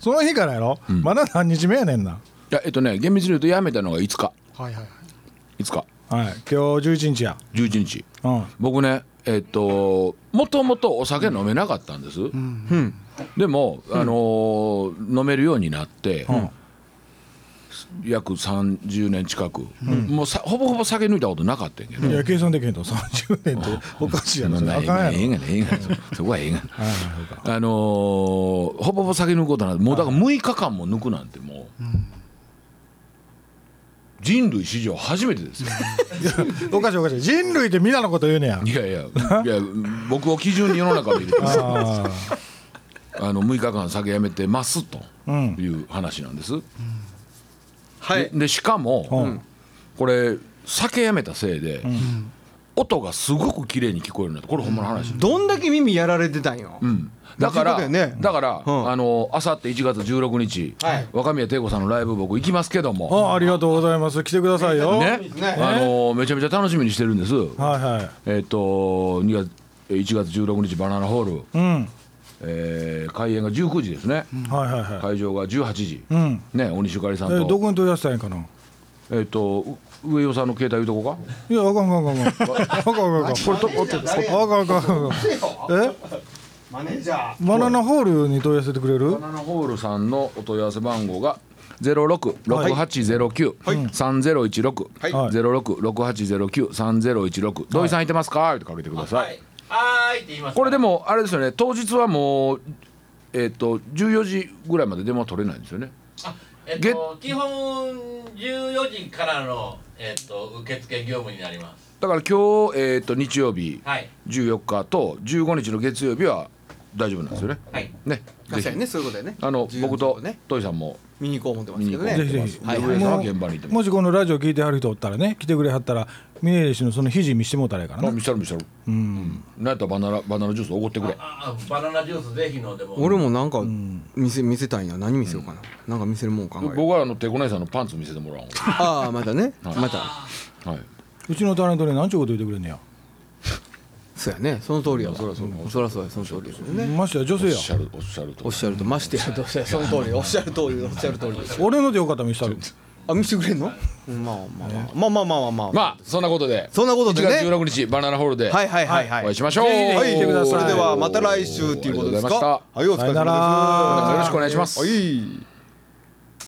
Speaker 1: その日からやろまだ何日目やねんない
Speaker 3: やえっとね厳密に言うとやめたのが5日
Speaker 5: はいはい
Speaker 3: 5日
Speaker 1: はい今日11日や
Speaker 3: 11日
Speaker 1: うん
Speaker 3: 僕ねえっともともとお酒飲めなかったんです、でも、あのー飲めるようになって、約30年近く、もうさほぼほぼ酒抜いたことなかったんやけど、
Speaker 1: いや計算できへんと30年っておかしいやろ
Speaker 3: ま
Speaker 1: そ
Speaker 3: あ
Speaker 1: れ
Speaker 3: まあ
Speaker 1: あかん
Speaker 3: ええ
Speaker 1: や
Speaker 3: んやろええんやろそそこはええんやろあのーほぼほぼ酒抜くことなんてもうだから6日間も抜くなんてもう、人類史上初めてですよ
Speaker 1: ろおかしいおかしい人類って皆のこと言うね や
Speaker 3: いやいやいや僕を基準に世の中を見ると
Speaker 1: ああ
Speaker 3: あの6日間酒やめてますと
Speaker 1: うん
Speaker 3: いう話なんです、
Speaker 2: はい
Speaker 3: ででしかも、
Speaker 1: うん
Speaker 3: これ酒やめたせいで、音がすごく綺麗に聞こえるなとこれほんまの話、
Speaker 2: どんだけ耳やられてたんよ
Speaker 3: うんだから
Speaker 2: そういうことやね
Speaker 3: だから、
Speaker 2: うん
Speaker 3: あのあさって1月16日、
Speaker 2: はい
Speaker 3: 若宮貞子さんのライブ僕行きますけども、
Speaker 1: あありがとうございます来てくださいよ
Speaker 3: ね
Speaker 2: ね
Speaker 3: あのめちゃめちゃ楽しみにしてるんです、
Speaker 1: はいはい
Speaker 3: えっ、と2月1月16日バナナホール、
Speaker 1: うん
Speaker 3: えー開演が19時ですね、
Speaker 1: はいはいはい
Speaker 3: 会場が18時、
Speaker 1: うん
Speaker 3: ね大西ゆかりさん
Speaker 1: えど
Speaker 3: と
Speaker 1: こに問い合わせたらいいんかな
Speaker 3: えっ、とう上与さんの携帯言うとこか
Speaker 1: いやあかんあかんあかんあかんあかんあかんこれとあかんあかんあかんえ
Speaker 2: マネージャー
Speaker 1: バナナホールに問い合わせてくれる
Speaker 3: バナナホールさんのお問い合わせ番号が0668093016、
Speaker 2: はい
Speaker 1: はい
Speaker 3: 0668093016土井さんいてますか?」ってかけてください、
Speaker 4: はいはーいって言います
Speaker 3: これでもあれですよね当日はもうえっ、と14時ぐらいまで電話取れないんですよね
Speaker 4: あえっ
Speaker 3: ゲ
Speaker 4: と基本14時からのえっと受付業務になります
Speaker 3: だから今日、えっと日曜日
Speaker 4: はい
Speaker 3: 14日と15日の月曜日は大丈夫なんですよね
Speaker 4: はい
Speaker 3: ね
Speaker 2: そう
Speaker 3: ぜ
Speaker 2: や
Speaker 3: ひ
Speaker 2: ねそういうことやね
Speaker 3: あの僕
Speaker 2: 14
Speaker 3: と
Speaker 2: ね
Speaker 3: 土井さんも
Speaker 2: 見に行こう思ってま
Speaker 3: 見
Speaker 2: す
Speaker 3: に
Speaker 2: けど
Speaker 3: 行こう
Speaker 2: ね
Speaker 1: ぜひぜひ
Speaker 3: はい
Speaker 1: もう
Speaker 3: 上さんは現場にいてます
Speaker 1: もしこのラジオ聞いてはる人おったらね来てくれはったら峰岸氏のその肘見してもうたらええから
Speaker 3: あ
Speaker 1: な
Speaker 3: 見せる見せるうんなんやったらバナナバナナジュースおごってくれ
Speaker 4: ああバナナジュースぜひ飲んでも
Speaker 2: 俺もなんか見せ見せたいな何見せようかななんか見せるもん考える
Speaker 3: 僕はあのテコ姉さんのパンツ見せてもらおう
Speaker 2: ああまたね また
Speaker 3: はい。
Speaker 1: うちのタレントに何ちゅうこと言ってくれんねや
Speaker 2: そうやねその通りやわそらそうそらそうやその通りですよね
Speaker 1: ましてや女
Speaker 3: お
Speaker 1: 性
Speaker 3: っ
Speaker 1: や
Speaker 3: しゃるおっしゃると
Speaker 2: おっ。しゃるとましてやどうせその通りおっしゃる通りおっしゃる通り
Speaker 1: 俺のでよかったら見したる
Speaker 2: あ見せてくれんのうんまあまあまあまあまあまあまあまあ
Speaker 3: まあそんなことで。
Speaker 2: そんなことでね
Speaker 3: 1月16日バナナホールで
Speaker 2: はいはいはい
Speaker 3: お
Speaker 2: は
Speaker 3: 会い
Speaker 2: い
Speaker 3: しましょう。
Speaker 1: ひぜひ来てください
Speaker 2: それではまた来週っていうことですか
Speaker 3: あ
Speaker 2: はいお疲れ
Speaker 1: さ
Speaker 2: 様です
Speaker 1: よなら
Speaker 3: りがとうございましたよろしくお願いします。
Speaker 2: はい